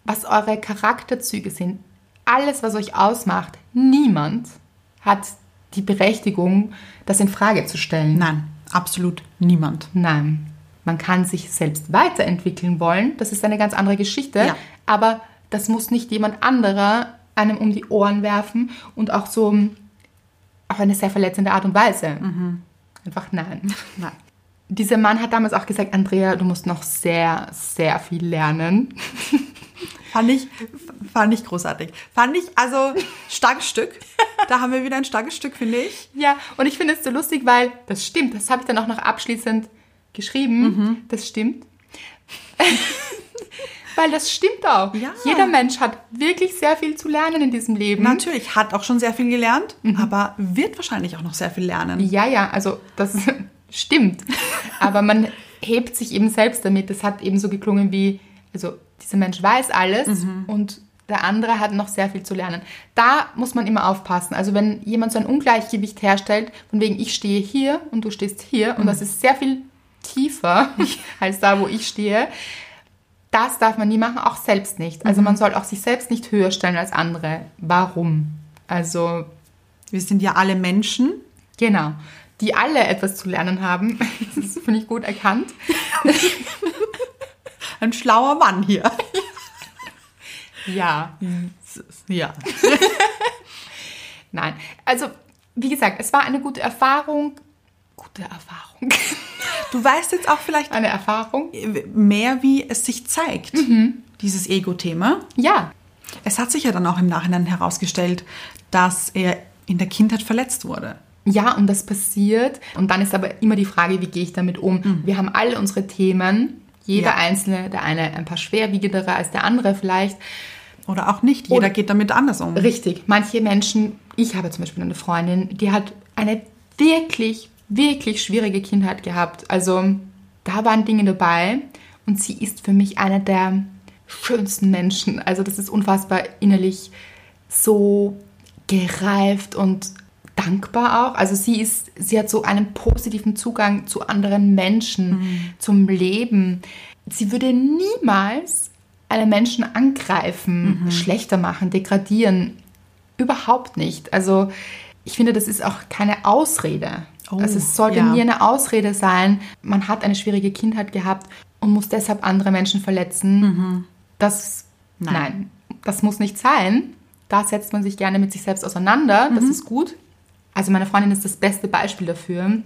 [SPEAKER 1] was eure Charakterzüge sind, alles, was euch ausmacht, niemand hat die Berechtigung, das in Frage zu stellen.
[SPEAKER 2] Nein, absolut niemand.
[SPEAKER 1] Nein, man kann sich selbst weiterentwickeln wollen. Das ist eine ganz andere Geschichte.
[SPEAKER 2] Ja.
[SPEAKER 1] Aber das muss nicht jemand anderer einem um die Ohren werfen und auch so mm, auf eine sehr verletzende Art und Weise. Einfach nein.
[SPEAKER 2] Nein.
[SPEAKER 1] Dieser Mann hat damals auch gesagt, Andrea, du musst noch sehr, sehr viel lernen.
[SPEAKER 2] Fand ich, fand ich großartig. Fand ich, also, starkes Stück. Da haben wir wieder ein starkes Stück, finde ich.
[SPEAKER 1] Ja, und ich finde es so lustig, weil das stimmt. Das habe ich dann auch noch abschließend geschrieben. Das stimmt. weil das stimmt auch.
[SPEAKER 2] Ja.
[SPEAKER 1] Jeder Mensch hat wirklich sehr viel zu lernen in diesem Leben.
[SPEAKER 2] Natürlich, hat auch schon sehr viel gelernt, aber wird wahrscheinlich auch noch sehr viel lernen.
[SPEAKER 1] Ja, ja, also das stimmt. Aber man hebt sich eben selbst damit. Das hat eben so geklungen wie, also dieser Mensch weiß alles und der andere hat noch sehr viel zu lernen. Da muss man immer aufpassen. Also wenn jemand so ein Ungleichgewicht herstellt, von wegen ich stehe hier und du stehst hier und das ist sehr viel tiefer als da, wo ich stehe, das darf man nie machen, auch selbst nicht. Also man soll auch sich selbst nicht höher stellen als andere. Warum? Also
[SPEAKER 2] Wir sind ja alle Menschen.
[SPEAKER 1] Genau. Die alle etwas zu lernen haben. Das finde ich gut erkannt.
[SPEAKER 2] Ein schlauer Mann hier.
[SPEAKER 1] Ja.
[SPEAKER 2] Ja.
[SPEAKER 1] Nein. Also, wie gesagt, es war eine gute Erfahrung. Gute Erfahrung.
[SPEAKER 2] Du weißt jetzt auch vielleicht
[SPEAKER 1] Eine Erfahrung.
[SPEAKER 2] mehr, wie es sich zeigt, dieses Ego-Thema.
[SPEAKER 1] Ja.
[SPEAKER 2] Es hat sich ja dann auch im Nachhinein herausgestellt, dass er in der Kindheit verletzt wurde.
[SPEAKER 1] Ja, und das passiert. Und dann ist aber immer die Frage, wie gehe ich damit um? Wir haben alle unsere Themen. Jeder
[SPEAKER 2] Ja.
[SPEAKER 1] einzelne, der eine ein paar schwerwiegendere als der andere vielleicht.
[SPEAKER 2] Oder auch nicht. Jeder
[SPEAKER 1] Oder-
[SPEAKER 2] geht damit anders um.
[SPEAKER 1] Richtig. Manche Menschen, ich habe zum Beispiel eine Freundin, die hat eine wirklich, wirklich schwierige Kindheit gehabt. Also da waren Dinge dabei und sie ist für mich einer der schönsten Menschen. Also das ist unfassbar innerlich so gereift und dankbar auch. Also sie ist, sie hat so einen positiven Zugang zu anderen Menschen, zum Leben. Sie würde niemals alle Menschen angreifen,
[SPEAKER 2] Mhm.
[SPEAKER 1] schlechter machen, degradieren. Überhaupt nicht. Also ich finde, das ist auch keine Ausrede.
[SPEAKER 2] Oh,
[SPEAKER 1] also es sollte
[SPEAKER 2] ja.
[SPEAKER 1] nie eine Ausrede sein, man hat eine schwierige Kindheit gehabt und muss deshalb andere Menschen verletzen.
[SPEAKER 2] Mhm.
[SPEAKER 1] Das,
[SPEAKER 2] Nein.
[SPEAKER 1] nein. das muss nicht sein. Da setzt man sich gerne mit sich selbst auseinander. Das ist gut. Also meine Freundin ist das beste Beispiel dafür,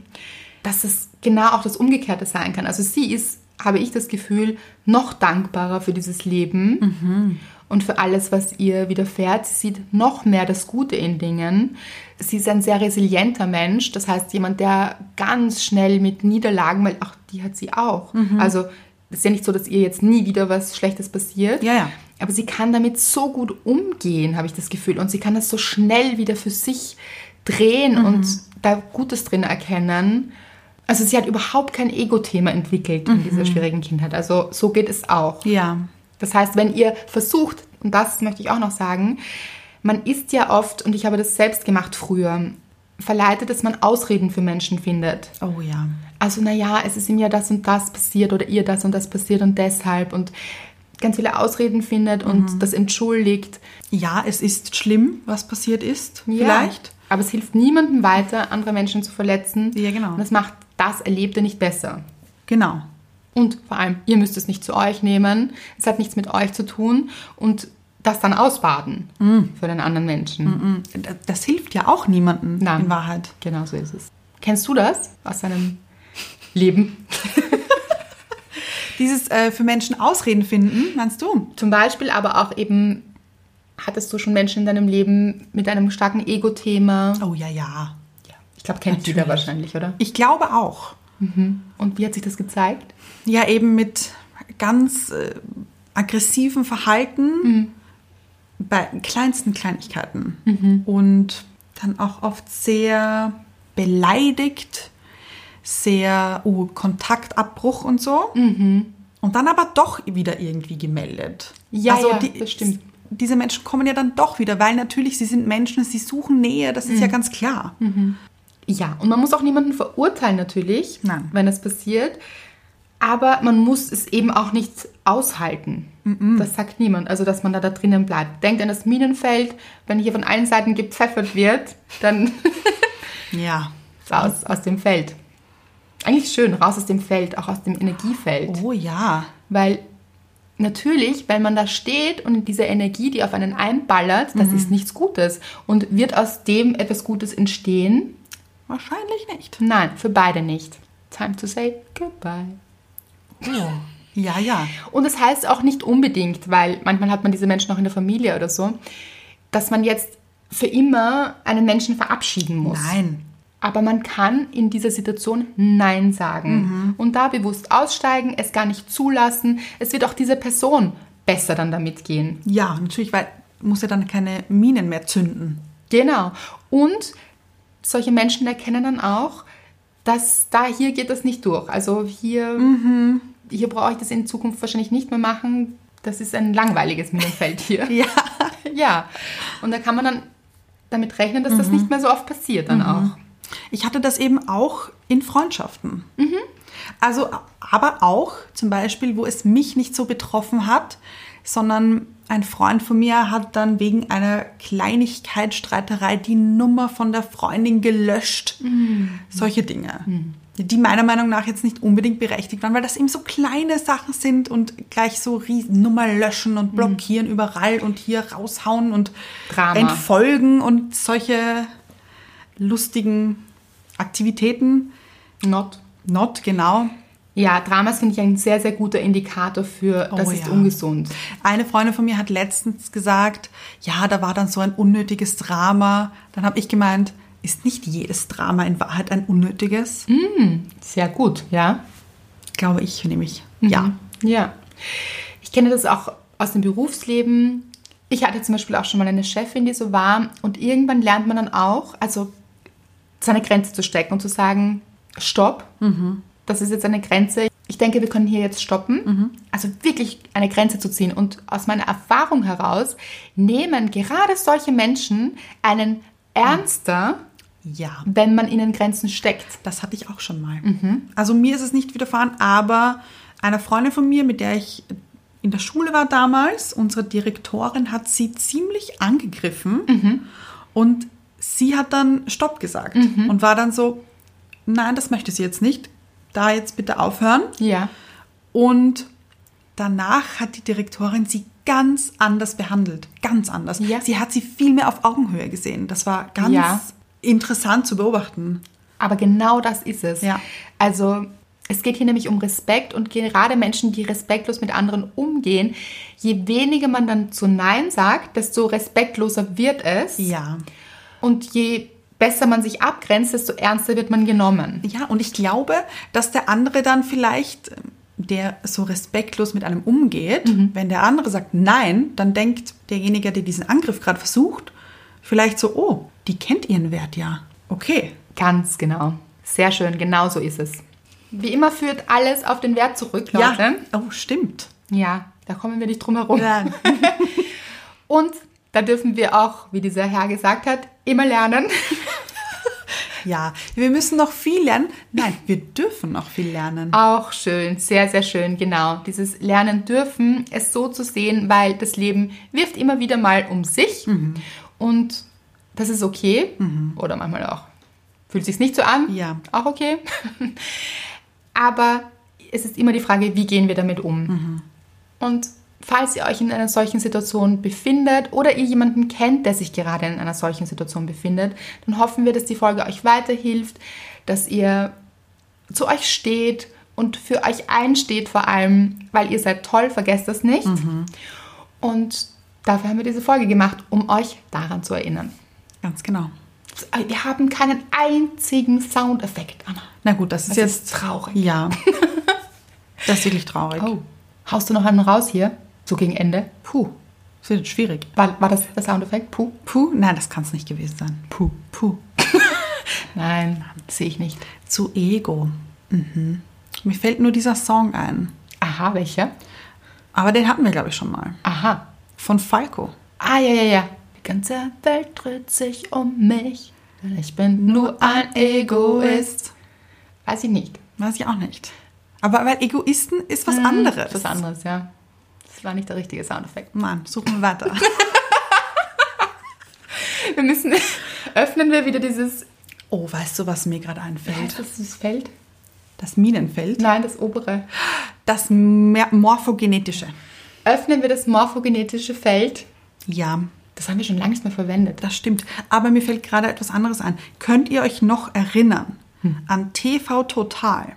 [SPEAKER 1] dass es genau auch das Umgekehrte sein kann. Also sie ist, habe ich das Gefühl, noch dankbarer für dieses Leben und für alles, was ihr widerfährt. Sie sieht noch mehr das Gute in Dingen. Sie ist ein sehr resilienter Mensch, das heißt jemand, der ganz schnell mit Niederlagen, weil auch die hat sie auch.
[SPEAKER 2] Mhm.
[SPEAKER 1] Also es ist ja nicht so, dass ihr jetzt nie wieder was Schlechtes passiert.
[SPEAKER 2] Ja, ja.
[SPEAKER 1] Aber sie kann damit so gut umgehen, habe ich das Gefühl. Und sie kann das so schnell wieder für sich drehen
[SPEAKER 2] Mhm.
[SPEAKER 1] und da Gutes drin erkennen. Also sie hat überhaupt kein Ego-Thema entwickelt in dieser schwierigen Kindheit. Also so geht es auch.
[SPEAKER 2] Mhm. Ja.
[SPEAKER 1] Das heißt, wenn ihr versucht, und das möchte ich auch noch sagen, man ist ja oft, und ich habe das selbst gemacht früher, verleitet, dass man Ausreden für Menschen findet.
[SPEAKER 2] Oh ja.
[SPEAKER 1] Also naja, es ist ihm ja das und das passiert oder ihr das und das passiert und deshalb und ganz viele Ausreden findet
[SPEAKER 2] Mhm.
[SPEAKER 1] und das entschuldigt.
[SPEAKER 2] Ja, es ist schlimm, was passiert ist.
[SPEAKER 1] Ja.
[SPEAKER 2] Vielleicht.
[SPEAKER 1] Aber es hilft niemandem weiter, andere Menschen zu verletzen.
[SPEAKER 2] Ja, genau.
[SPEAKER 1] Und das macht das Erlebte nicht besser.
[SPEAKER 2] Genau.
[SPEAKER 1] Und vor allem, ihr müsst es nicht zu euch nehmen. Es hat nichts mit euch zu tun. Und das dann ausbaden
[SPEAKER 2] Mm.
[SPEAKER 1] für den anderen Menschen.
[SPEAKER 2] D- Das hilft ja auch niemandem
[SPEAKER 1] Nein.
[SPEAKER 2] Mm. in Wahrheit.
[SPEAKER 1] Genau so ist es. Kennst du das aus deinem Leben?
[SPEAKER 2] Dieses äh, für Menschen Ausreden finden, meinst du?
[SPEAKER 1] Zum Beispiel aber auch eben, hattest du schon Menschen in deinem Leben mit einem starken Ego-Thema?
[SPEAKER 2] Oh ja, ja.
[SPEAKER 1] Ich glaube, kennt jeder wahrscheinlich, oder?
[SPEAKER 2] Ich glaube auch.
[SPEAKER 1] Und wie hat sich das gezeigt?
[SPEAKER 2] Ja, eben mit ganz äh, aggressivem
[SPEAKER 1] Mhm.
[SPEAKER 2] Verhalten bei kleinsten Kleinigkeiten.
[SPEAKER 1] Mhm.
[SPEAKER 2] Und dann auch oft sehr beleidigt, sehr oh, Kontaktabbruch und so.
[SPEAKER 1] Mhm.
[SPEAKER 2] Und dann aber doch wieder irgendwie gemeldet. Also
[SPEAKER 1] Ja, ja, das stimmt.
[SPEAKER 2] Diese Menschen kommen ja dann doch wieder, weil natürlich sie sind Menschen, sie suchen Nähe, das
[SPEAKER 1] Mhm.
[SPEAKER 2] ist ja ganz klar.
[SPEAKER 1] Ja, und man muss auch niemanden verurteilen natürlich,
[SPEAKER 2] Nein.
[SPEAKER 1] wenn es passiert. Aber man muss es eben auch nicht aushalten. Das sagt niemand. Also, dass man da, da drinnen bleibt. Denkt an das Minenfeld. Wenn hier von allen Seiten gepfeffert wird, dann
[SPEAKER 2] Ja.
[SPEAKER 1] raus aus dem Feld. Eigentlich schön, raus aus dem Feld, auch aus dem Energiefeld.
[SPEAKER 2] Oh ja.
[SPEAKER 1] Weil natürlich, wenn man da steht und diese Energie, die auf einen einballert, das ist nichts Gutes. Und wird aus dem etwas Gutes entstehen?
[SPEAKER 2] Wahrscheinlich nicht.
[SPEAKER 1] Nein, für beide nicht. Time to say goodbye.
[SPEAKER 2] Ja, ja.
[SPEAKER 1] Und das heißt auch nicht unbedingt, weil manchmal hat man diese Menschen auch in der Familie oder so, dass man jetzt für immer einen Menschen verabschieden muss.
[SPEAKER 2] Nein.
[SPEAKER 1] Aber man kann in dieser Situation Nein sagen und da bewusst aussteigen, es gar nicht zulassen. Es wird auch dieser Person besser dann damit gehen.
[SPEAKER 2] Ja, natürlich, weil muss ja dann keine Minen mehr zünden.
[SPEAKER 1] Genau. Und solche Menschen erkennen dann auch, dass da hier geht das nicht durch. Also hier, hier brauche ich das in Zukunft wahrscheinlich nicht mehr machen. Das ist ein langweiliges Minenfeld hier.
[SPEAKER 2] Ja.
[SPEAKER 1] ja. Und da kann man dann damit rechnen, dass
[SPEAKER 2] Mhm.
[SPEAKER 1] das nicht mehr so oft passiert dann auch.
[SPEAKER 2] Ich hatte das eben auch in Freundschaften. Also, aber auch zum Beispiel, wo es mich nicht so betroffen hat, sondern ein Freund von mir hat dann wegen einer Kleinigkeit, Streiterei die Nummer von der Freundin gelöscht. Solche Dinge, die meiner Meinung nach jetzt nicht unbedingt berechtigt waren, weil das eben so kleine Sachen sind und gleich so riesen Nummer löschen und blockieren überall und hier raushauen und
[SPEAKER 1] Drama.
[SPEAKER 2] entfolgen und solche lustigen Aktivitäten.
[SPEAKER 1] Not.
[SPEAKER 2] Not genau.
[SPEAKER 1] Ja, Dramas finde ich ein sehr, sehr guter Indikator für, das
[SPEAKER 2] Oh
[SPEAKER 1] ist
[SPEAKER 2] ja.
[SPEAKER 1] ungesund.
[SPEAKER 2] Eine Freundin von mir hat letztens gesagt, ja, da war dann so ein unnötiges Drama. Dann habe ich gemeint, ist nicht jedes Drama in Wahrheit ein unnötiges?
[SPEAKER 1] Sehr gut, ja.
[SPEAKER 2] Glaube ich nämlich. Ja.
[SPEAKER 1] Ja. Ich kenne das auch aus dem Berufsleben. Ich hatte zum Beispiel auch schon mal eine Chefin, die so war. Und irgendwann lernt man dann auch, also seine Grenze zu stecken und zu sagen, stopp, das ist jetzt eine Grenze. Ich denke, wir können hier jetzt stoppen. Also wirklich eine Grenze zu ziehen. Und aus meiner Erfahrung heraus nehmen gerade solche Menschen einen ernster,
[SPEAKER 2] Ja.
[SPEAKER 1] wenn man ihnen Grenzen steckt.
[SPEAKER 2] Das hatte ich auch
[SPEAKER 1] Mhm.
[SPEAKER 2] schon mal. Also mir ist es nicht widerfahren, aber einer Freundin von mir, mit der ich in der Schule war damals, unsere Direktorin hat sie ziemlich angegriffen
[SPEAKER 1] Mhm.
[SPEAKER 2] und sie hat dann Stopp gesagt
[SPEAKER 1] Mhm.
[SPEAKER 2] und war dann so, nein, das möchte sie jetzt nicht, da jetzt bitte aufhören.
[SPEAKER 1] Ja.
[SPEAKER 2] Und danach hat die Direktorin sie ganz anders behandelt. Ganz anders.
[SPEAKER 1] Ja.
[SPEAKER 2] Sie hat sie viel mehr auf Augenhöhe gesehen. Das war ganz
[SPEAKER 1] Ja.
[SPEAKER 2] interessant zu beobachten.
[SPEAKER 1] Aber genau das ist es.
[SPEAKER 2] Ja.
[SPEAKER 1] Also es geht hier nämlich um Respekt und gerade Menschen, die respektlos mit anderen umgehen, je weniger man dann zu Nein sagt, desto respektloser wird es.
[SPEAKER 2] Ja.
[SPEAKER 1] Und je besser man sich abgrenzt, desto ernster wird man genommen.
[SPEAKER 2] Ja, und ich glaube, dass der andere dann vielleicht, ähm, der so respektlos mit einem umgeht,
[SPEAKER 1] Mhm.
[SPEAKER 2] wenn der andere sagt Nein, dann denkt derjenige, der diesen Angriff gerade versucht, vielleicht so, oh, die kennt ihren Wert ja. Okay.
[SPEAKER 1] Ganz genau. Sehr schön, genau so ist es. Wie immer führt alles auf den Wert zurück, Leute.
[SPEAKER 2] Ja. Oh, stimmt.
[SPEAKER 1] Ja, da kommen wir nicht drum herum.
[SPEAKER 2] Ja.
[SPEAKER 1] Und da dürfen wir auch, wie dieser Herr gesagt hat, immer lernen.
[SPEAKER 2] Ja, wir müssen noch viel lernen. Nein, wir dürfen noch viel lernen.
[SPEAKER 1] Auch schön, sehr, sehr schön, genau. Dieses Lernen dürfen, es so zu sehen, weil das Leben wirft immer wieder mal um sich und das ist okay oder manchmal auch. Fühlt sich nicht so an?
[SPEAKER 2] Ja.
[SPEAKER 1] Auch okay. Aber es ist immer die Frage, wie gehen wir damit um? Und falls ihr euch in einer solchen Situation befindet oder ihr jemanden kennt, der sich gerade in einer solchen Situation befindet, dann hoffen wir, dass die Folge euch weiterhilft, dass ihr zu euch steht und für euch einsteht vor allem, weil ihr seid toll, vergesst das nicht. Und dafür haben wir diese Folge gemacht, um euch daran zu erinnern.
[SPEAKER 2] Ganz genau.
[SPEAKER 1] Wir haben keinen einzigen Soundeffekt, Anna.
[SPEAKER 2] Na gut, das ist
[SPEAKER 1] Das
[SPEAKER 2] jetzt
[SPEAKER 1] ist traurig.
[SPEAKER 2] Ja. das ist wirklich traurig.
[SPEAKER 1] Oh, haust du noch einen raus hier? So gegen Ende?
[SPEAKER 2] Puh, das wird schwierig.
[SPEAKER 1] War, war das der Soundeffekt? Puh.
[SPEAKER 2] Puh, nein, das kann es nicht gewesen sein. Puh, puh.
[SPEAKER 1] Nein, sehe ich nicht.
[SPEAKER 2] Zu Ego. Mhm. Mir fällt nur dieser Song ein.
[SPEAKER 1] Aha, welcher?
[SPEAKER 2] Aber den hatten wir, glaube ich, schon mal.
[SPEAKER 1] Aha.
[SPEAKER 2] Von Falco.
[SPEAKER 1] Ah, ja, ja, ja. Die ganze Welt dreht sich um mich. denn Ich bin nur ein Egoist. Weiß ich nicht.
[SPEAKER 2] Weiß ich auch nicht. Aber weil Egoisten ist was anderes.
[SPEAKER 1] Was Hm, anderes, ja. Das war nicht der richtige Soundeffekt.
[SPEAKER 2] Nein, suchen wir weiter.
[SPEAKER 1] Wir müssen, öffnen wir wieder dieses,
[SPEAKER 2] oh, weißt du, was mir gerade einfällt?
[SPEAKER 1] das, dieses Feld?
[SPEAKER 2] Das Minenfeld.
[SPEAKER 1] Nein, das obere.
[SPEAKER 2] Das mer- morphogenetische.
[SPEAKER 1] Öffnen wir das morphogenetische Feld.
[SPEAKER 2] Ja,
[SPEAKER 1] Das haben wir schon lange nicht mehr verwendet.
[SPEAKER 2] Das stimmt. Aber mir fällt gerade etwas anderes ein. Könnt ihr euch noch erinnern an TV Total?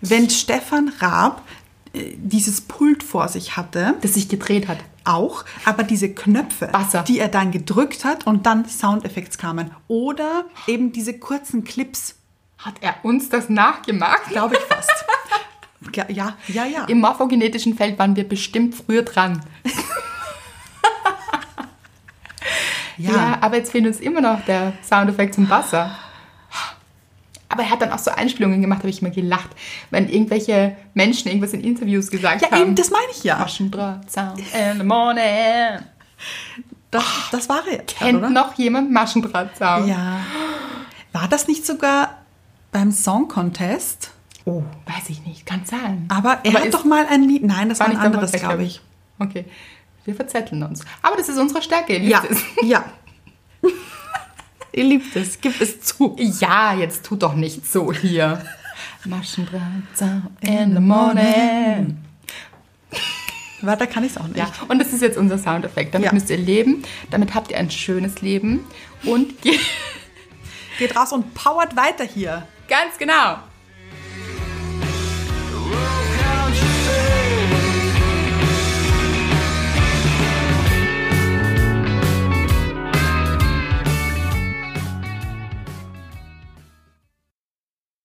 [SPEAKER 2] Wenn Stefan Raab äh, dieses Pult vor sich hatte,
[SPEAKER 1] Das sich gedreht hat.
[SPEAKER 2] auch, aber diese Knöpfe,
[SPEAKER 1] Wasser.
[SPEAKER 2] die er dann gedrückt hat und dann Soundeffekte kamen. Oder eben diese kurzen Clips,
[SPEAKER 1] Hat er uns das nachgemacht?
[SPEAKER 2] glaube ich fast. ja, ja, ja. ja.
[SPEAKER 1] Im morphogenetischen Feld waren wir bestimmt früher dran. Ja. aber jetzt fehlt uns immer noch der Soundeffekt zum Wasser. Aber er hat dann auch so Einspielungen gemacht, habe ich immer gelacht, wenn irgendwelche Menschen irgendwas in Interviews gesagt
[SPEAKER 2] Ja,
[SPEAKER 1] haben.
[SPEAKER 2] eben, das meine ich ja.
[SPEAKER 1] Maschendraht, Sound in the morning.
[SPEAKER 2] Das, das war er jetzt,
[SPEAKER 1] Kennt
[SPEAKER 2] oder?
[SPEAKER 1] noch jemand Maschendrahtzaun?
[SPEAKER 2] Ja. War das nicht sogar beim Song Contest?
[SPEAKER 1] Oh, weiß ich nicht, kann sein.
[SPEAKER 2] Aber er
[SPEAKER 1] Aber
[SPEAKER 2] hat
[SPEAKER 1] ist-
[SPEAKER 2] doch mal ein Lied. Nein, das war, ein
[SPEAKER 1] der
[SPEAKER 2] anderes,
[SPEAKER 1] Wolfgang,
[SPEAKER 2] glaube ich.
[SPEAKER 1] Okay, wir verzetteln uns. Aber das ist unsere Stärke. ihr
[SPEAKER 2] Ja,
[SPEAKER 1] wisst es.
[SPEAKER 2] ja. Ihr liebt es, gibt es zu.
[SPEAKER 1] Ja, jetzt tut doch nicht so hier. Maschendrahtzaun in the morning.
[SPEAKER 2] Weiter kann ich es auch nicht.
[SPEAKER 1] Ja, und das ist jetzt unser Soundeffekt. Damit
[SPEAKER 2] Ja.
[SPEAKER 1] müsst ihr leben. Damit habt ihr ein schönes Leben. Und ge-
[SPEAKER 2] Geht raus und powert weiter hier.
[SPEAKER 1] ganz genau.
[SPEAKER 4] Whoa,